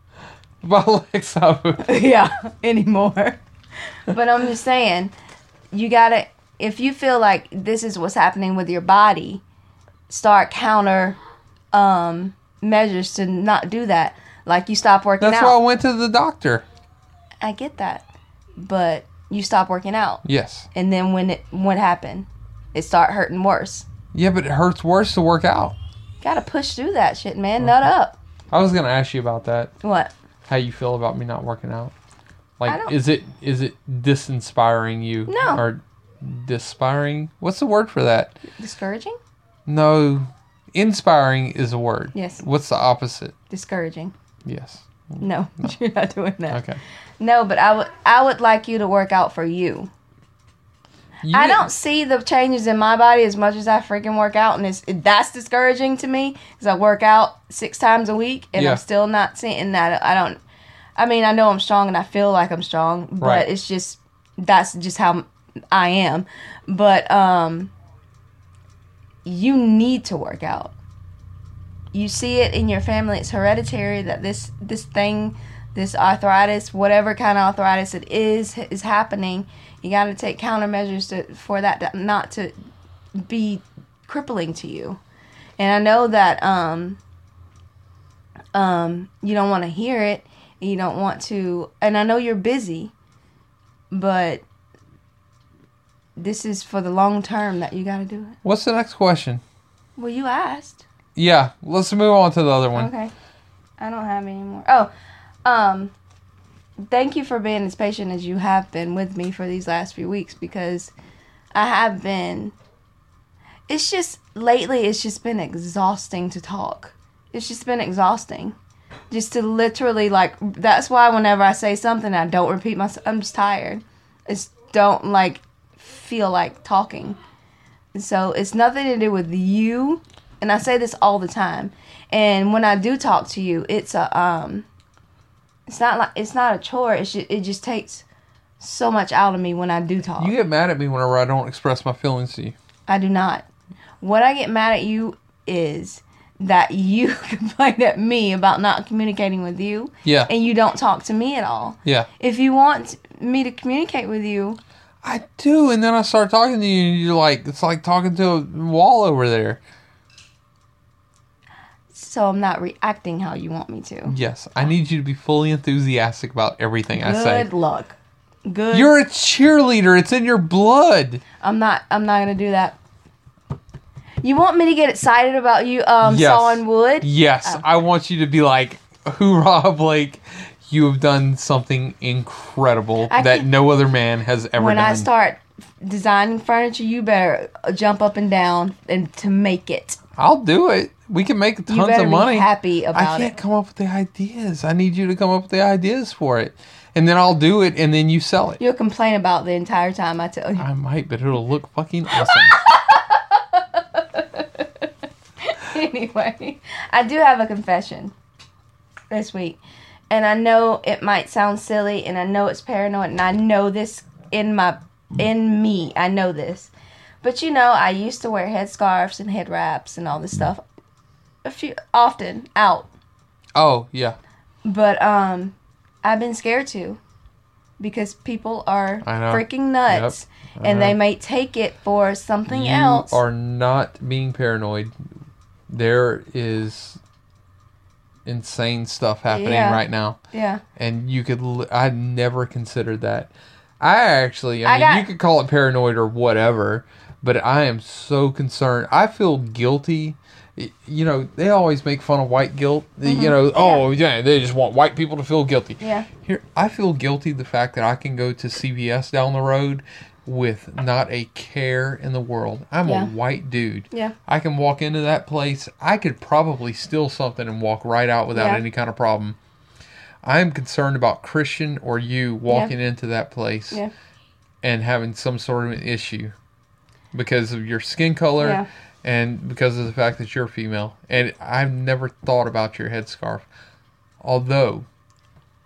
[SPEAKER 2] About legs, I would-
[SPEAKER 1] yeah, anymore. but I'm just saying, you gotta. If you feel like this is what's happening with your body, start counter um, measures to not do that. Like you stop working
[SPEAKER 2] That's
[SPEAKER 1] out.
[SPEAKER 2] why I went to the doctor.
[SPEAKER 1] I get that, but you stop working out,
[SPEAKER 2] Yes.
[SPEAKER 1] and then when it what happened, it start hurting worse.
[SPEAKER 2] Yeah, but it hurts worse to work out.
[SPEAKER 1] Gotta push through that shit, man.
[SPEAKER 2] Uh-huh.
[SPEAKER 1] Nut up.
[SPEAKER 2] I was gonna ask you about that.
[SPEAKER 1] What?
[SPEAKER 2] How you feel about me not working out? Like,
[SPEAKER 1] don't-
[SPEAKER 2] is it is it disinspiring you?
[SPEAKER 1] No.
[SPEAKER 2] Or dispiring? What's the word for that?
[SPEAKER 1] Discouraging?
[SPEAKER 2] No, inspiring is a word.
[SPEAKER 1] Yes.
[SPEAKER 2] What's the opposite?
[SPEAKER 1] Discouraging.
[SPEAKER 2] Yes.
[SPEAKER 1] No, you're not doing that.
[SPEAKER 2] Mm. Okay.
[SPEAKER 1] No, but I would I would like you to work out for you.
[SPEAKER 2] You
[SPEAKER 1] I
[SPEAKER 2] didn't-
[SPEAKER 1] don't see the changes in my body as much as I freaking work out, and it's that's discouraging to me because I work out six times a week and
[SPEAKER 2] Yeah.
[SPEAKER 1] I'm still not seeing that. I don't. I mean, I know I'm strong and I feel like I'm strong, but
[SPEAKER 2] Right.
[SPEAKER 1] it's just that's just how I am. But um, you need to work out. you see it in your family. It's hereditary that this this thing, this arthritis, whatever kind of arthritis it is, is happening. You got to take countermeasures to, for that to, not to be crippling to you. And I know that um, um, you don't want to hear it. You don't want to, and I know you're busy, but this is for the long term that you got to do it.
[SPEAKER 2] What's the next question?
[SPEAKER 1] Well, you asked.
[SPEAKER 2] Yeah, let's move on to the other one.
[SPEAKER 1] Okay. I don't have any more. Oh, um, thank you for being as patient as you have been with me for these last few weeks because I have been. It's just lately, it's just been exhausting to talk. It's just been exhausting. Just to literally, like, that's why whenever I say something, I don't repeat myself. I'm just tired. It's don't, like, feel like talking. So it's nothing to do with you and I say this all the time. And when I do talk to you, it's a um, it's not like it's not a chore. It's just, it just takes so much out of me when I do talk.
[SPEAKER 2] You get mad at me whenever I don't express my feelings to you.
[SPEAKER 1] I do not. What I get mad at you is that you complain at me about not communicating with you,
[SPEAKER 2] Yeah,
[SPEAKER 1] and you don't talk to me at all.
[SPEAKER 2] yeah.
[SPEAKER 1] If you want me to communicate with you,
[SPEAKER 2] I do, and then I start talking to you, and you're like, it's like talking to a wall over there.
[SPEAKER 1] so I'm not reacting how you want me to.
[SPEAKER 2] Yes, I need you to be fully enthusiastic about everything Mm, I say.
[SPEAKER 1] Good luck. Good.
[SPEAKER 2] You're a cheerleader. It's in your blood.
[SPEAKER 1] I'm not. I'm not gonna do that. You want me to get excited about you um,
[SPEAKER 2] Yes.
[SPEAKER 1] sawing wood?
[SPEAKER 2] Yes,
[SPEAKER 1] Oh.
[SPEAKER 2] I want you to be like, hoorah, Blake. You have done something incredible
[SPEAKER 1] I
[SPEAKER 2] that
[SPEAKER 1] can't-
[SPEAKER 2] no other man has ever
[SPEAKER 1] when
[SPEAKER 2] done.
[SPEAKER 1] I start designing furniture, you better jump up and down and to make it.
[SPEAKER 2] I'll do it. We can make tons
[SPEAKER 1] You better
[SPEAKER 2] of money.
[SPEAKER 1] be happy
[SPEAKER 2] I
[SPEAKER 1] about
[SPEAKER 2] can't
[SPEAKER 1] it.
[SPEAKER 2] come up with the ideas. I need you to come up with the ideas for it. And then I'll do it and then you sell it.
[SPEAKER 1] You'll complain about the entire time I tell you.
[SPEAKER 2] I might, but it'll look fucking awesome.
[SPEAKER 1] anyway, I do have a confession this week. And I know it might sound silly and I know it's paranoid and I know this in my in me. I know this. But you know, I used to wear headscarves and head wraps and all this stuff a few often out.
[SPEAKER 2] oh, yeah.
[SPEAKER 1] But um I've been scared to because people are
[SPEAKER 2] I know.
[SPEAKER 1] freaking nuts
[SPEAKER 2] I
[SPEAKER 1] and they
[SPEAKER 2] know.
[SPEAKER 1] may take it for something
[SPEAKER 2] you
[SPEAKER 1] else.
[SPEAKER 2] are not being paranoid. There is insane stuff happening
[SPEAKER 1] Yeah.
[SPEAKER 2] right now.
[SPEAKER 1] yeah.
[SPEAKER 2] and you could li- i never considered that i actually i,
[SPEAKER 1] I
[SPEAKER 2] mean
[SPEAKER 1] got-
[SPEAKER 2] you could call it paranoid or whatever but i am so concerned i feel guilty Y- you know they always make fun of white guilt you know oh yeah they just want white people to feel guilty
[SPEAKER 1] Mm-hmm. Yeah.
[SPEAKER 2] here i feel guilty the fact that i can go to cvs down the road with not a care in the world i'm
[SPEAKER 1] Yeah.
[SPEAKER 2] a white dude
[SPEAKER 1] Yeah.
[SPEAKER 2] i can walk into that place i could probably steal something and walk right out without
[SPEAKER 1] Yeah.
[SPEAKER 2] any kind of problem I'm concerned about Christian or you walking into that place
[SPEAKER 1] Yeah.
[SPEAKER 2] and having some sort of an issue because of your skin color
[SPEAKER 1] Yeah.
[SPEAKER 2] and because of the fact that you're female. And I've never thought about your headscarf. Although,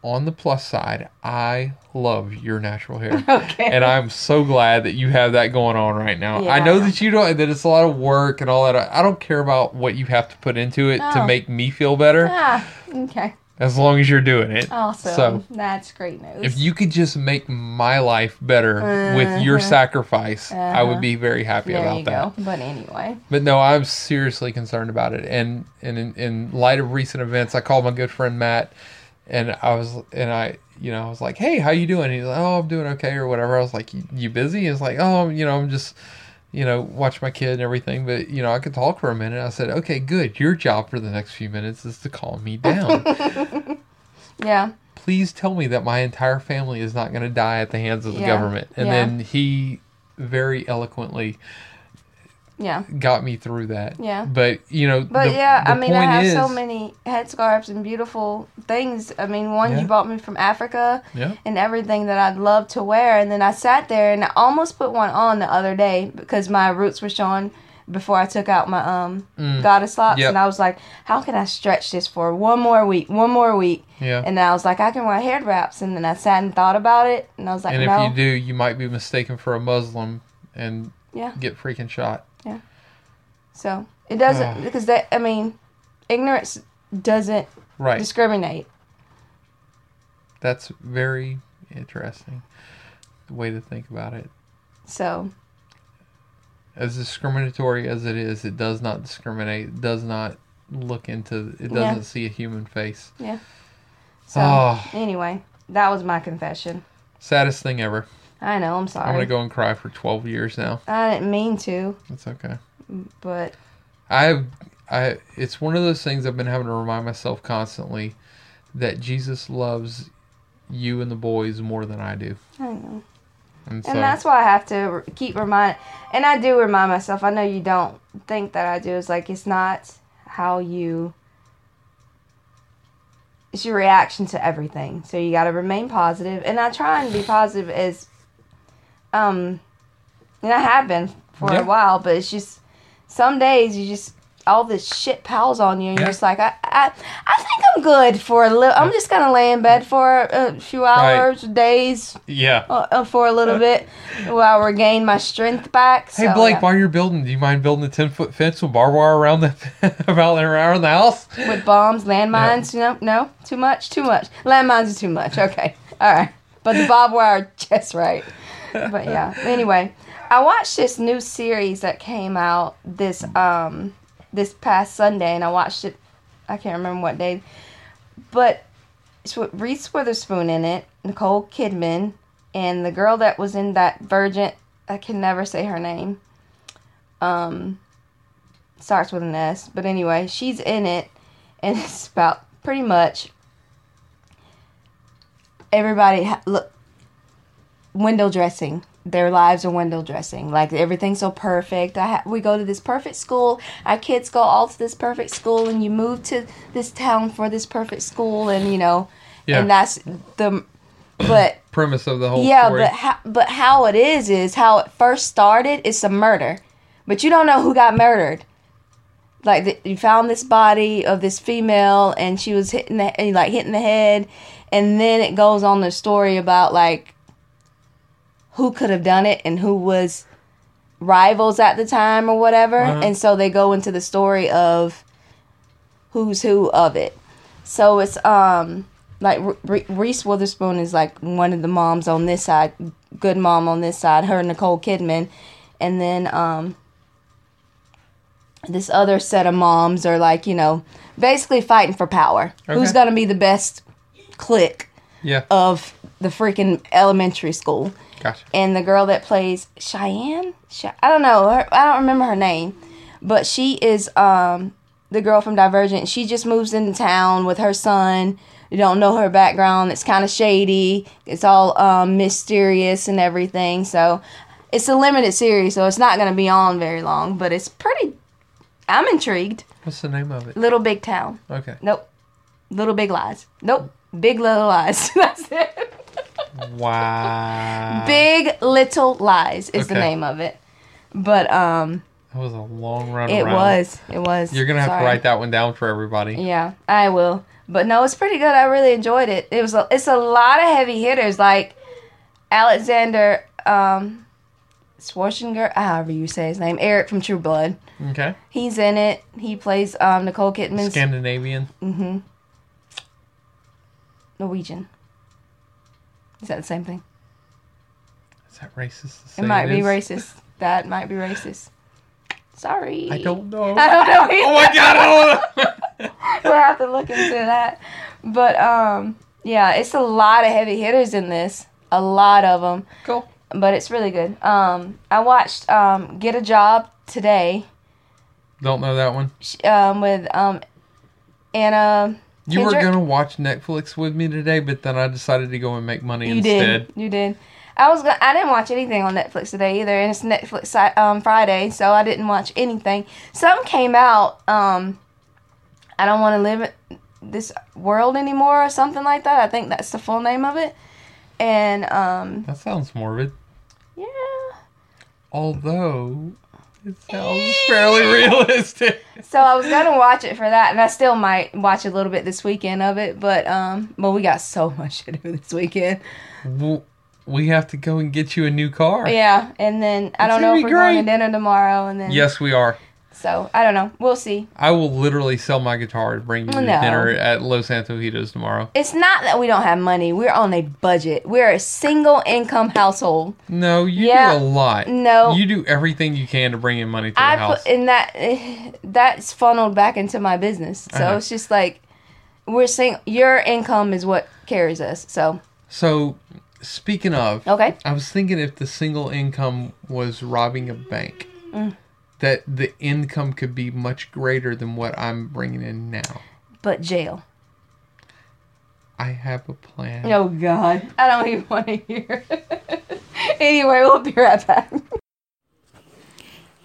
[SPEAKER 2] on the plus side, I love your natural hair.
[SPEAKER 1] Okay.
[SPEAKER 2] And I'm so glad that you have that going on right now.
[SPEAKER 1] Yeah,
[SPEAKER 2] I
[SPEAKER 1] I
[SPEAKER 2] know
[SPEAKER 1] know.
[SPEAKER 2] that you don't, that it's a lot of work and all that. I I don't care about what you have to put into it to
[SPEAKER 1] No.
[SPEAKER 2] make me feel better
[SPEAKER 1] ah, okay.
[SPEAKER 2] as long as you're doing it.
[SPEAKER 1] Awesome.
[SPEAKER 2] So-
[SPEAKER 1] That's great news.
[SPEAKER 2] If you could just make my life better with your
[SPEAKER 1] Uh-huh.
[SPEAKER 2] sacrifice, I
[SPEAKER 1] Uh-huh.
[SPEAKER 2] would be very happy
[SPEAKER 1] there
[SPEAKER 2] about
[SPEAKER 1] you
[SPEAKER 2] that.
[SPEAKER 1] go. But anyway,
[SPEAKER 2] But no, I'm seriously concerned about it. And, and in, in light of recent events, I called my good friend Matt, and I was and I you know I was like, hey, how you doing? He's like, oh, I'm doing okay or whatever. I was like, you, you busy? He's like, oh, you know, I'm just you know watch my kid and everything. But you know, I could talk for a minute. I said, okay, good. Your job for the next few minutes is to calm me down.
[SPEAKER 1] yeah,
[SPEAKER 2] please tell me that my entire family is not going to die at the hands of the
[SPEAKER 1] Yeah.
[SPEAKER 2] government. And
[SPEAKER 1] Yeah.
[SPEAKER 2] then he very eloquently
[SPEAKER 1] yeah,
[SPEAKER 2] got me through that.
[SPEAKER 1] Yeah.
[SPEAKER 2] But, you know,
[SPEAKER 1] but
[SPEAKER 2] the-
[SPEAKER 1] yeah.
[SPEAKER 2] the
[SPEAKER 1] I mean, I
[SPEAKER 2] point
[SPEAKER 1] have so
[SPEAKER 2] is-
[SPEAKER 1] many headscarves and beautiful things. I mean, one
[SPEAKER 2] Yeah.
[SPEAKER 1] you bought me from Africa
[SPEAKER 2] Yeah.
[SPEAKER 1] and everything that I'd love to wear, and then I sat there and I almost put one on the other day because my roots were showing before I took out my um
[SPEAKER 2] Mm.
[SPEAKER 1] goddess locks,
[SPEAKER 2] Yep.
[SPEAKER 1] and I was like, how can I stretch this for one more week? One more week.
[SPEAKER 2] Yeah. And,
[SPEAKER 1] And I was like, I can wear head wraps, and then I sat and thought about it, and I was like,
[SPEAKER 2] if
[SPEAKER 1] no,
[SPEAKER 2] you do, you might be mistaken for a Muslim and
[SPEAKER 1] Yeah.
[SPEAKER 2] get freaking shot.
[SPEAKER 1] So it doesn't
[SPEAKER 2] Ugh.
[SPEAKER 1] because that I mean, ignorance doesn't
[SPEAKER 2] Right.
[SPEAKER 1] discriminate.
[SPEAKER 2] That's very interesting. The way to think about it.
[SPEAKER 1] So
[SPEAKER 2] As discriminatory as it is, it does not discriminate. It does not look into it doesn't
[SPEAKER 1] Yeah.
[SPEAKER 2] see a human face.
[SPEAKER 1] so
[SPEAKER 2] Oh.
[SPEAKER 1] anyway, that was my confession.
[SPEAKER 2] Saddest thing ever.
[SPEAKER 1] I know. I'm
[SPEAKER 2] I'm
[SPEAKER 1] sorry.
[SPEAKER 2] gonna go and cry for twelve years now.
[SPEAKER 1] I didn't mean to,
[SPEAKER 2] It's okay.
[SPEAKER 1] but
[SPEAKER 2] I've I it's one of those things I've been having to remind myself constantly that Jesus loves you and the boys more than I do.
[SPEAKER 1] I know.
[SPEAKER 2] And, so
[SPEAKER 1] And that's why I have to r- keep remind, and I do remind myself. I know you don't think that I do. It's like it's not how you. It's your reaction to everything. So you got to remain positive, and I try and be positive as, um, and I have been for
[SPEAKER 2] Yeah.
[SPEAKER 1] a while. But it's just some days you just all this shit piles on you, and
[SPEAKER 2] Yeah.
[SPEAKER 1] you're just like, I, I, I think I'm good for a little. I'm just gonna lay in bed for a few
[SPEAKER 2] Right.
[SPEAKER 1] hours, days,
[SPEAKER 2] Yeah.
[SPEAKER 1] uh, uh, for a little bit while I regain my strength back.
[SPEAKER 2] Hey
[SPEAKER 1] so,
[SPEAKER 2] Blake,
[SPEAKER 1] yeah.
[SPEAKER 2] while you're building, do you mind building a ten foot fence with barbed wire around the about and around the house?
[SPEAKER 1] with bombs, landmines, you know, no, too much, too much. Landmines are too much. Okay, all right. But the barbed wire, just right. But yeah. Anyway, I watched this new series that came out this um this past Sunday, and I watched it. I can't remember what day, but it's with Reese Witherspoon in it, Nicole Kidman, and the girl that was in that Virgin. I can never say her name. Um, starts with an S, but anyway, she's in it, and it's about pretty much everybody ha- look window dressing. Their lives are window dressing. Like everything's so perfect. I ha- we go to this perfect school. Our kids go all to this perfect school, and you move to this town for this perfect school, and you know,
[SPEAKER 2] Yeah.
[SPEAKER 1] and that's the. But
[SPEAKER 2] Premise of the whole
[SPEAKER 1] yeah,
[SPEAKER 2] story.
[SPEAKER 1] but how, but how it is is how it first started. It's a murder, but you don't know who got murdered. Like the, you found this body of this female, and she was hitting the and, like hitting the head, and then it goes on the story about like who could have done it and who was rivals at the time or whatever,
[SPEAKER 2] Uh-huh.
[SPEAKER 1] and so they go into the story of who's who of it. So it's um like Re- Re- Reese Witherspoon is like one of the moms on this side, good mom on this side, her and Nicole Kidman, and then um this other set of moms are like you know basically fighting for power. Who's
[SPEAKER 2] Okay.
[SPEAKER 1] gonna be the best clique
[SPEAKER 2] yeah,
[SPEAKER 1] of the freaking elementary school?
[SPEAKER 2] gotcha.
[SPEAKER 1] and the girl that plays Cheyenne, Che- I don't know, her, I don't remember her name, but she is um the girl from Divergent. She just moves into town with her son. You don't know her background. It's kind of shady. It's all um, mysterious and everything. So it's a limited series, so it's not going to be on very long. But it's pretty. I'm intrigued.
[SPEAKER 2] What's the name of it?
[SPEAKER 1] Little Big Town.
[SPEAKER 2] Okay.
[SPEAKER 1] Nope. Little Big Lies. Nope. Big Little Lies. That's it.
[SPEAKER 2] Wow.
[SPEAKER 1] Big Little Lies is the
[SPEAKER 2] Okay.
[SPEAKER 1] name of it. But um
[SPEAKER 2] That was a long run.
[SPEAKER 1] it
[SPEAKER 2] around.
[SPEAKER 1] was. It was.
[SPEAKER 2] You're gonna have
[SPEAKER 1] Sorry.
[SPEAKER 2] to write that one down for everybody.
[SPEAKER 1] Yeah, I will. But no, it's pretty good. I really enjoyed it. It was a, it's a lot of heavy hitters like Alexander um Schwarzenegger, however you say his name, Eric from True Blood.
[SPEAKER 2] Okay.
[SPEAKER 1] He's in it. He plays um Nicole Kidman's
[SPEAKER 2] Scandinavian.
[SPEAKER 1] hmm Norwegian. Is that the same thing?
[SPEAKER 2] Is that racist? to say
[SPEAKER 1] It might be
[SPEAKER 2] is?
[SPEAKER 1] racist. That might be racist. Sorry.
[SPEAKER 2] I don't know.
[SPEAKER 1] I don't know.
[SPEAKER 2] oh my god! I don't know.
[SPEAKER 1] we'll have to look into that. But um, yeah, it's a lot of heavy hitters in this. A lot of them.
[SPEAKER 2] cool.
[SPEAKER 1] But it's really good. Um, I watched um, Get a Job today
[SPEAKER 2] Don't know that one.
[SPEAKER 1] sh- um, with um, Anna.
[SPEAKER 2] You were
[SPEAKER 1] Kendrick?
[SPEAKER 2] gonna watch Netflix with me today, but then I decided to go and make money
[SPEAKER 1] You
[SPEAKER 2] instead.
[SPEAKER 1] did. You did. I was. Go- I didn't watch anything on Netflix today either, and it's Netflix si- um, Friday, so I didn't watch anything. Some came out. Um, I don't want to live in this world anymore, or something like that. I think that's the full name of it. And um,
[SPEAKER 2] That sounds morbid.
[SPEAKER 1] yeah,
[SPEAKER 2] Although it sounds fairly realistic.
[SPEAKER 1] so I was gonna watch it for that, and I still might watch a little bit this weekend of it. But um, well, we got so much to do this weekend.
[SPEAKER 2] W- We have to go and get you a new car.
[SPEAKER 1] Yeah, and then I
[SPEAKER 2] It's
[SPEAKER 1] don't
[SPEAKER 2] gonna
[SPEAKER 1] know
[SPEAKER 2] be
[SPEAKER 1] if we're going to
[SPEAKER 2] great.
[SPEAKER 1] dinner tomorrow, and then
[SPEAKER 2] Yes, we are.
[SPEAKER 1] So I don't know. We'll see.
[SPEAKER 2] I will literally sell my guitar to bring you to
[SPEAKER 1] No.
[SPEAKER 2] dinner at Los Antojitos tomorrow.
[SPEAKER 1] It's not that we don't have money. We're on a budget. We're a single income household.
[SPEAKER 2] No, you
[SPEAKER 1] Yeah.
[SPEAKER 2] do a lot.
[SPEAKER 1] No.
[SPEAKER 2] You do everything you can to bring in money to the
[SPEAKER 1] I
[SPEAKER 2] house.
[SPEAKER 1] put in that that's funneled back into my business. So
[SPEAKER 2] Uh-huh.
[SPEAKER 1] it's just like we're saying your income is what carries us. So
[SPEAKER 2] so, speaking of,
[SPEAKER 1] okay,
[SPEAKER 2] I was thinking if the single income was robbing a bank, that the income could be much greater than what I'm bringing in now.
[SPEAKER 1] but jail.
[SPEAKER 2] I have a plan.
[SPEAKER 1] Oh God, I don't even want to hear. anyway, we'll be right back.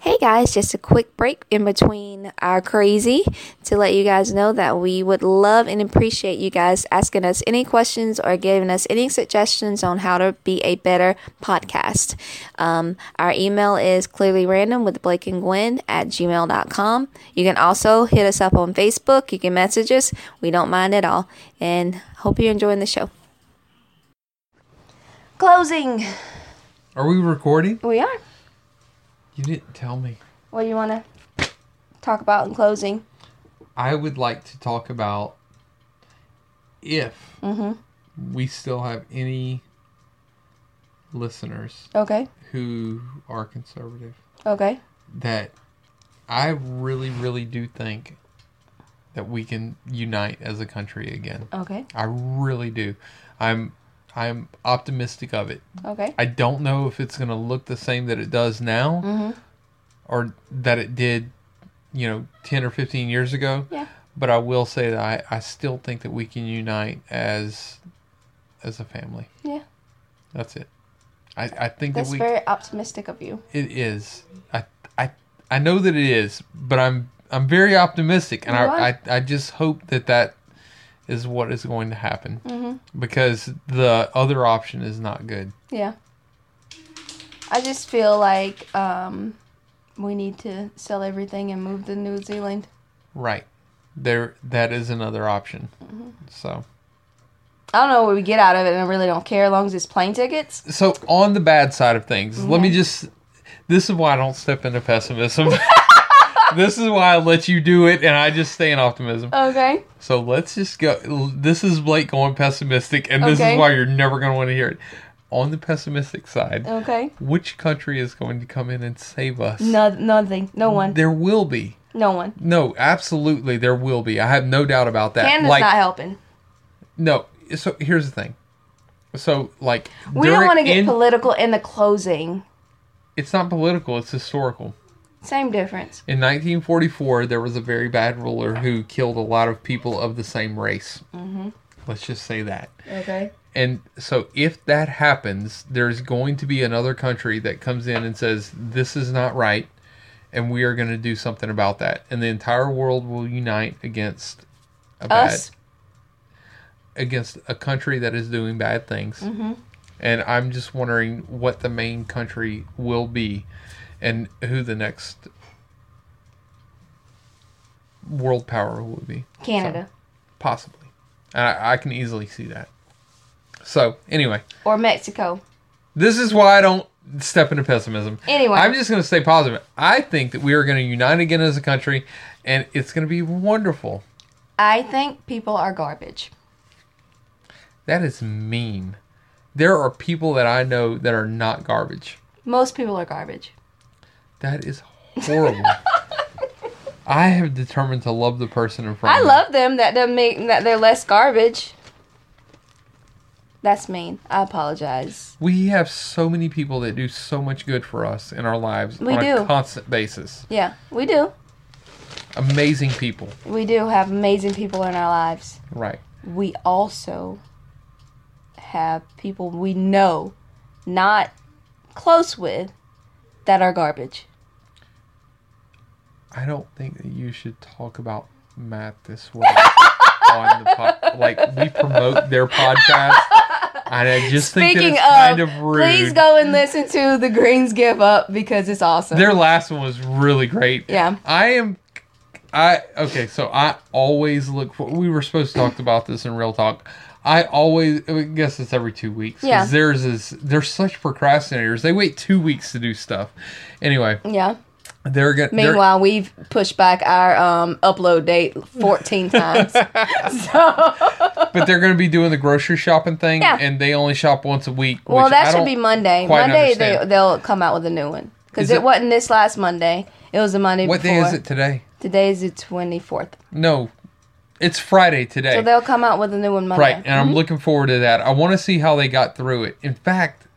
[SPEAKER 3] Hey guys, just a quick break in between our crazy to let you guys know that we would love and appreciate you guys asking us any questions or giving us any suggestions on how to be a better podcast. Um, our email is clearly random with Blake and Gwen at gmail.com. You can also hit us up on Facebook. You can message us. We don't mind at all. And hope you're enjoying the show.
[SPEAKER 1] Closing.
[SPEAKER 2] Are we recording?
[SPEAKER 1] We are.
[SPEAKER 2] You didn't tell me.
[SPEAKER 1] What do you want to talk about in closing?
[SPEAKER 2] I would like to talk about if we still have any listeners
[SPEAKER 1] Okay.
[SPEAKER 2] who are conservative.
[SPEAKER 1] Okay.
[SPEAKER 2] That I really, really do think that we can unite as a country again.
[SPEAKER 1] Okay.
[SPEAKER 2] I really do. I'm I'm optimistic of it.
[SPEAKER 1] Okay.
[SPEAKER 2] I don't know if it's going to look the same that it does now
[SPEAKER 1] Mm-hmm.
[SPEAKER 2] or that it did, you know, 10 or 15 years ago.
[SPEAKER 1] Yeah.
[SPEAKER 2] But I will say that I, I still think that we can unite as as a family.
[SPEAKER 1] Yeah.
[SPEAKER 2] That's it. I, I think
[SPEAKER 1] That's
[SPEAKER 2] that we
[SPEAKER 1] very optimistic of you.
[SPEAKER 2] it is. I I I know that it is, but I'm I'm very optimistic, and
[SPEAKER 1] You
[SPEAKER 2] I,
[SPEAKER 1] are.
[SPEAKER 2] I I just hope that that is what is going to happen
[SPEAKER 1] Mm-hmm.
[SPEAKER 2] because the other option is not good.
[SPEAKER 1] Yeah. I just feel like um, we need to sell everything and move to New Zealand.
[SPEAKER 2] Right. There that is another option.
[SPEAKER 1] Mm-hmm.
[SPEAKER 2] So
[SPEAKER 1] I don't know what we get out of it, and I really don't care as long as it's plane tickets.
[SPEAKER 2] so on the bad side of things, let me just this is why I don't step into pessimism. this is why I let you do it and I just stay in optimism.
[SPEAKER 1] Okay.
[SPEAKER 2] So let's just go. This is Blake going pessimistic, and this
[SPEAKER 1] Okay.
[SPEAKER 2] is why you're never going to want to hear it. On the pessimistic side,
[SPEAKER 1] Okay.
[SPEAKER 2] which country is going to come in and save us?
[SPEAKER 1] No, nothing. No one.
[SPEAKER 2] There will be.
[SPEAKER 1] No one.
[SPEAKER 2] No, absolutely, there will be. I have no doubt about that.
[SPEAKER 1] Canada's
[SPEAKER 2] like,
[SPEAKER 1] not helping.
[SPEAKER 2] no. So here's the thing. So like,
[SPEAKER 1] We don't
[SPEAKER 2] during-
[SPEAKER 1] want to get
[SPEAKER 2] in-
[SPEAKER 1] political in the closing.
[SPEAKER 2] It's not political. It's historical.
[SPEAKER 1] Same difference.
[SPEAKER 2] In 1944, there was a very bad ruler who killed a lot of people of the same race. Mm-hmm. Let's just say that.
[SPEAKER 1] Okay.
[SPEAKER 2] And so, if that happens, there's going to be another country that comes in and says, This is not right, and we are going to do something about that. And the entire world will unite against a bad,
[SPEAKER 1] Us.
[SPEAKER 2] against a country that is doing bad things. And I'm just wondering what the main country will be and who the next world power will be.
[SPEAKER 1] Canada.
[SPEAKER 2] Possibly. And I, I can easily see that. So, anyway.
[SPEAKER 1] Or Mexico.
[SPEAKER 2] This is why I don't step into pessimism.
[SPEAKER 1] Anyway.
[SPEAKER 2] I'm just going to stay positive. I think that we are going to unite again as a country, and it's going to be wonderful.
[SPEAKER 1] I think people are garbage.
[SPEAKER 2] That is mean. There are people that I know that are not garbage.
[SPEAKER 1] Most people are garbage.
[SPEAKER 2] That is horrible. I have determined to love the person in front
[SPEAKER 1] I
[SPEAKER 2] of me.
[SPEAKER 1] love them. That doesn't make that they're less garbage. That's mean. I apologize.
[SPEAKER 2] We have so many people that do so much good for us in our lives
[SPEAKER 1] We
[SPEAKER 2] on
[SPEAKER 1] do.
[SPEAKER 2] a constant basis.
[SPEAKER 1] Yeah, we do.
[SPEAKER 2] Amazing people.
[SPEAKER 1] We do have amazing people in our lives.
[SPEAKER 2] Right.
[SPEAKER 1] We also have people we know, not close with, that are garbage.
[SPEAKER 2] I don't think that you should talk about Matt this way on the pod. Like we promote their podcast, and I just
[SPEAKER 1] Speaking
[SPEAKER 2] think
[SPEAKER 1] of,
[SPEAKER 2] that it's kind of rude.
[SPEAKER 1] please go and listen to the Greens Give Up because it's awesome.
[SPEAKER 2] Their last one was really great.
[SPEAKER 1] Yeah.
[SPEAKER 2] I am. I okay. So I always look for. We were supposed to talk about this in real talk. I always I guess it's every two weeks. 'cause
[SPEAKER 1] Yeah.
[SPEAKER 2] Theirs is they're such procrastinators. They wait two weeks to do stuff. Anyway,
[SPEAKER 1] yeah.
[SPEAKER 2] They're gonna. they're-
[SPEAKER 1] Meanwhile, we've pushed back our um, upload date 14 times. so,
[SPEAKER 2] but they're going to be doing the grocery shopping thing,
[SPEAKER 1] Yeah.
[SPEAKER 2] and they only shop once a week.
[SPEAKER 1] well,
[SPEAKER 2] which I
[SPEAKER 1] that should
[SPEAKER 2] don't-
[SPEAKER 1] be Monday.
[SPEAKER 2] quite
[SPEAKER 1] Monday, they,
[SPEAKER 2] understand.
[SPEAKER 1] they'll come out with a new one. Because
[SPEAKER 2] Is
[SPEAKER 1] it,
[SPEAKER 2] it-
[SPEAKER 1] wasn't this last Monday. It was the Monday
[SPEAKER 2] What day
[SPEAKER 1] before.
[SPEAKER 2] is it today?
[SPEAKER 1] Today is the 24th.
[SPEAKER 2] No, it's Friday today.
[SPEAKER 1] So Mm-hmm. they'll come out with a new one Monday.
[SPEAKER 2] Right, and I'm looking forward to that. I want to see how they got through it. In fact,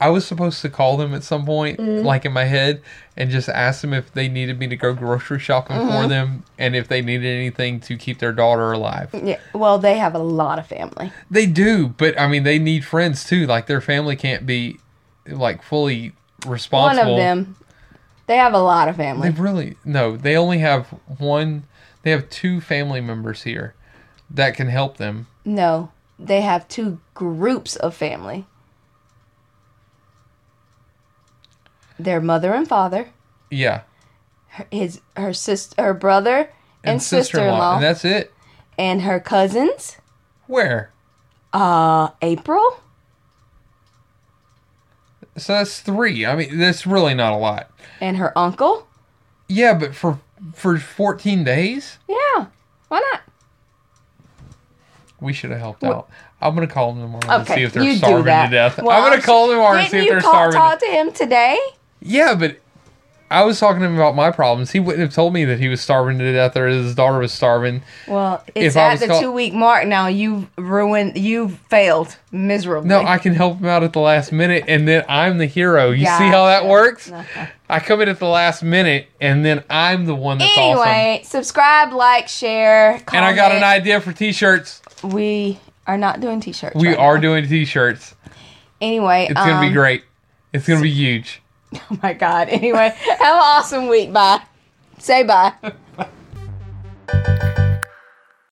[SPEAKER 2] I was supposed to call them at some point,
[SPEAKER 1] Mm-hmm.
[SPEAKER 2] like in my head, and just ask them if they needed me to go grocery shopping
[SPEAKER 1] Mm-hmm.
[SPEAKER 2] for them and if they needed anything to keep their daughter alive.
[SPEAKER 1] Yeah, well, they have a lot of family.
[SPEAKER 2] They do, but I mean, they need friends too. Like their family can't be like fully
[SPEAKER 1] One
[SPEAKER 2] responsible.
[SPEAKER 1] of them, they have a lot of family.
[SPEAKER 2] They really no. They only have one. They have two family members here that can help them.
[SPEAKER 1] No, they have two groups of family. Their mother and father,
[SPEAKER 2] Yeah,
[SPEAKER 1] her, his her sister, her brother and, sister-in-law, and,
[SPEAKER 2] and that's it.
[SPEAKER 1] her cousins.
[SPEAKER 2] Where?
[SPEAKER 1] Uh, April.
[SPEAKER 2] So that's three. I mean, that's really not a lot.
[SPEAKER 1] and her uncle.
[SPEAKER 2] Yeah, but for for fourteen days,
[SPEAKER 1] Yeah, why not?
[SPEAKER 2] we should have helped
[SPEAKER 1] Wh-
[SPEAKER 2] out. I'm gonna call them tomorrow
[SPEAKER 1] Okay,
[SPEAKER 2] and see if they're
[SPEAKER 1] you do
[SPEAKER 2] starving
[SPEAKER 1] that.
[SPEAKER 2] to death.
[SPEAKER 1] Well,
[SPEAKER 2] I'm gonna call them tomorrow
[SPEAKER 1] Didn't
[SPEAKER 2] and see if
[SPEAKER 1] you
[SPEAKER 2] they're
[SPEAKER 1] call,
[SPEAKER 2] starving.
[SPEAKER 1] talk to him today?
[SPEAKER 2] Yeah, but I was talking to him about my problems. He wouldn't have told me that he was starving to death or his daughter was starving.
[SPEAKER 1] Well, it's
[SPEAKER 2] If I
[SPEAKER 1] at
[SPEAKER 2] was
[SPEAKER 1] the
[SPEAKER 2] call-
[SPEAKER 1] two week mark now. You've ruined. You've failed miserably.
[SPEAKER 2] No, I can help him out at the last minute, and then I'm the hero. You see how that
[SPEAKER 1] Gotcha.
[SPEAKER 2] works?
[SPEAKER 1] Uh-huh.
[SPEAKER 2] I come in at the last minute, and then I'm the one that's awesome.
[SPEAKER 1] Anyway, subscribe, like, share.
[SPEAKER 2] And I got an
[SPEAKER 1] comment.
[SPEAKER 2] idea for t-shirts.
[SPEAKER 1] We are not doing t-shirts.
[SPEAKER 2] We
[SPEAKER 1] right
[SPEAKER 2] are
[SPEAKER 1] now.
[SPEAKER 2] doing t-shirts.
[SPEAKER 1] Anyway,
[SPEAKER 2] It's gonna
[SPEAKER 1] um,
[SPEAKER 2] be great. It's gonna be huge.
[SPEAKER 1] Oh my god. Anyway, have an awesome week. Bye. Say bye.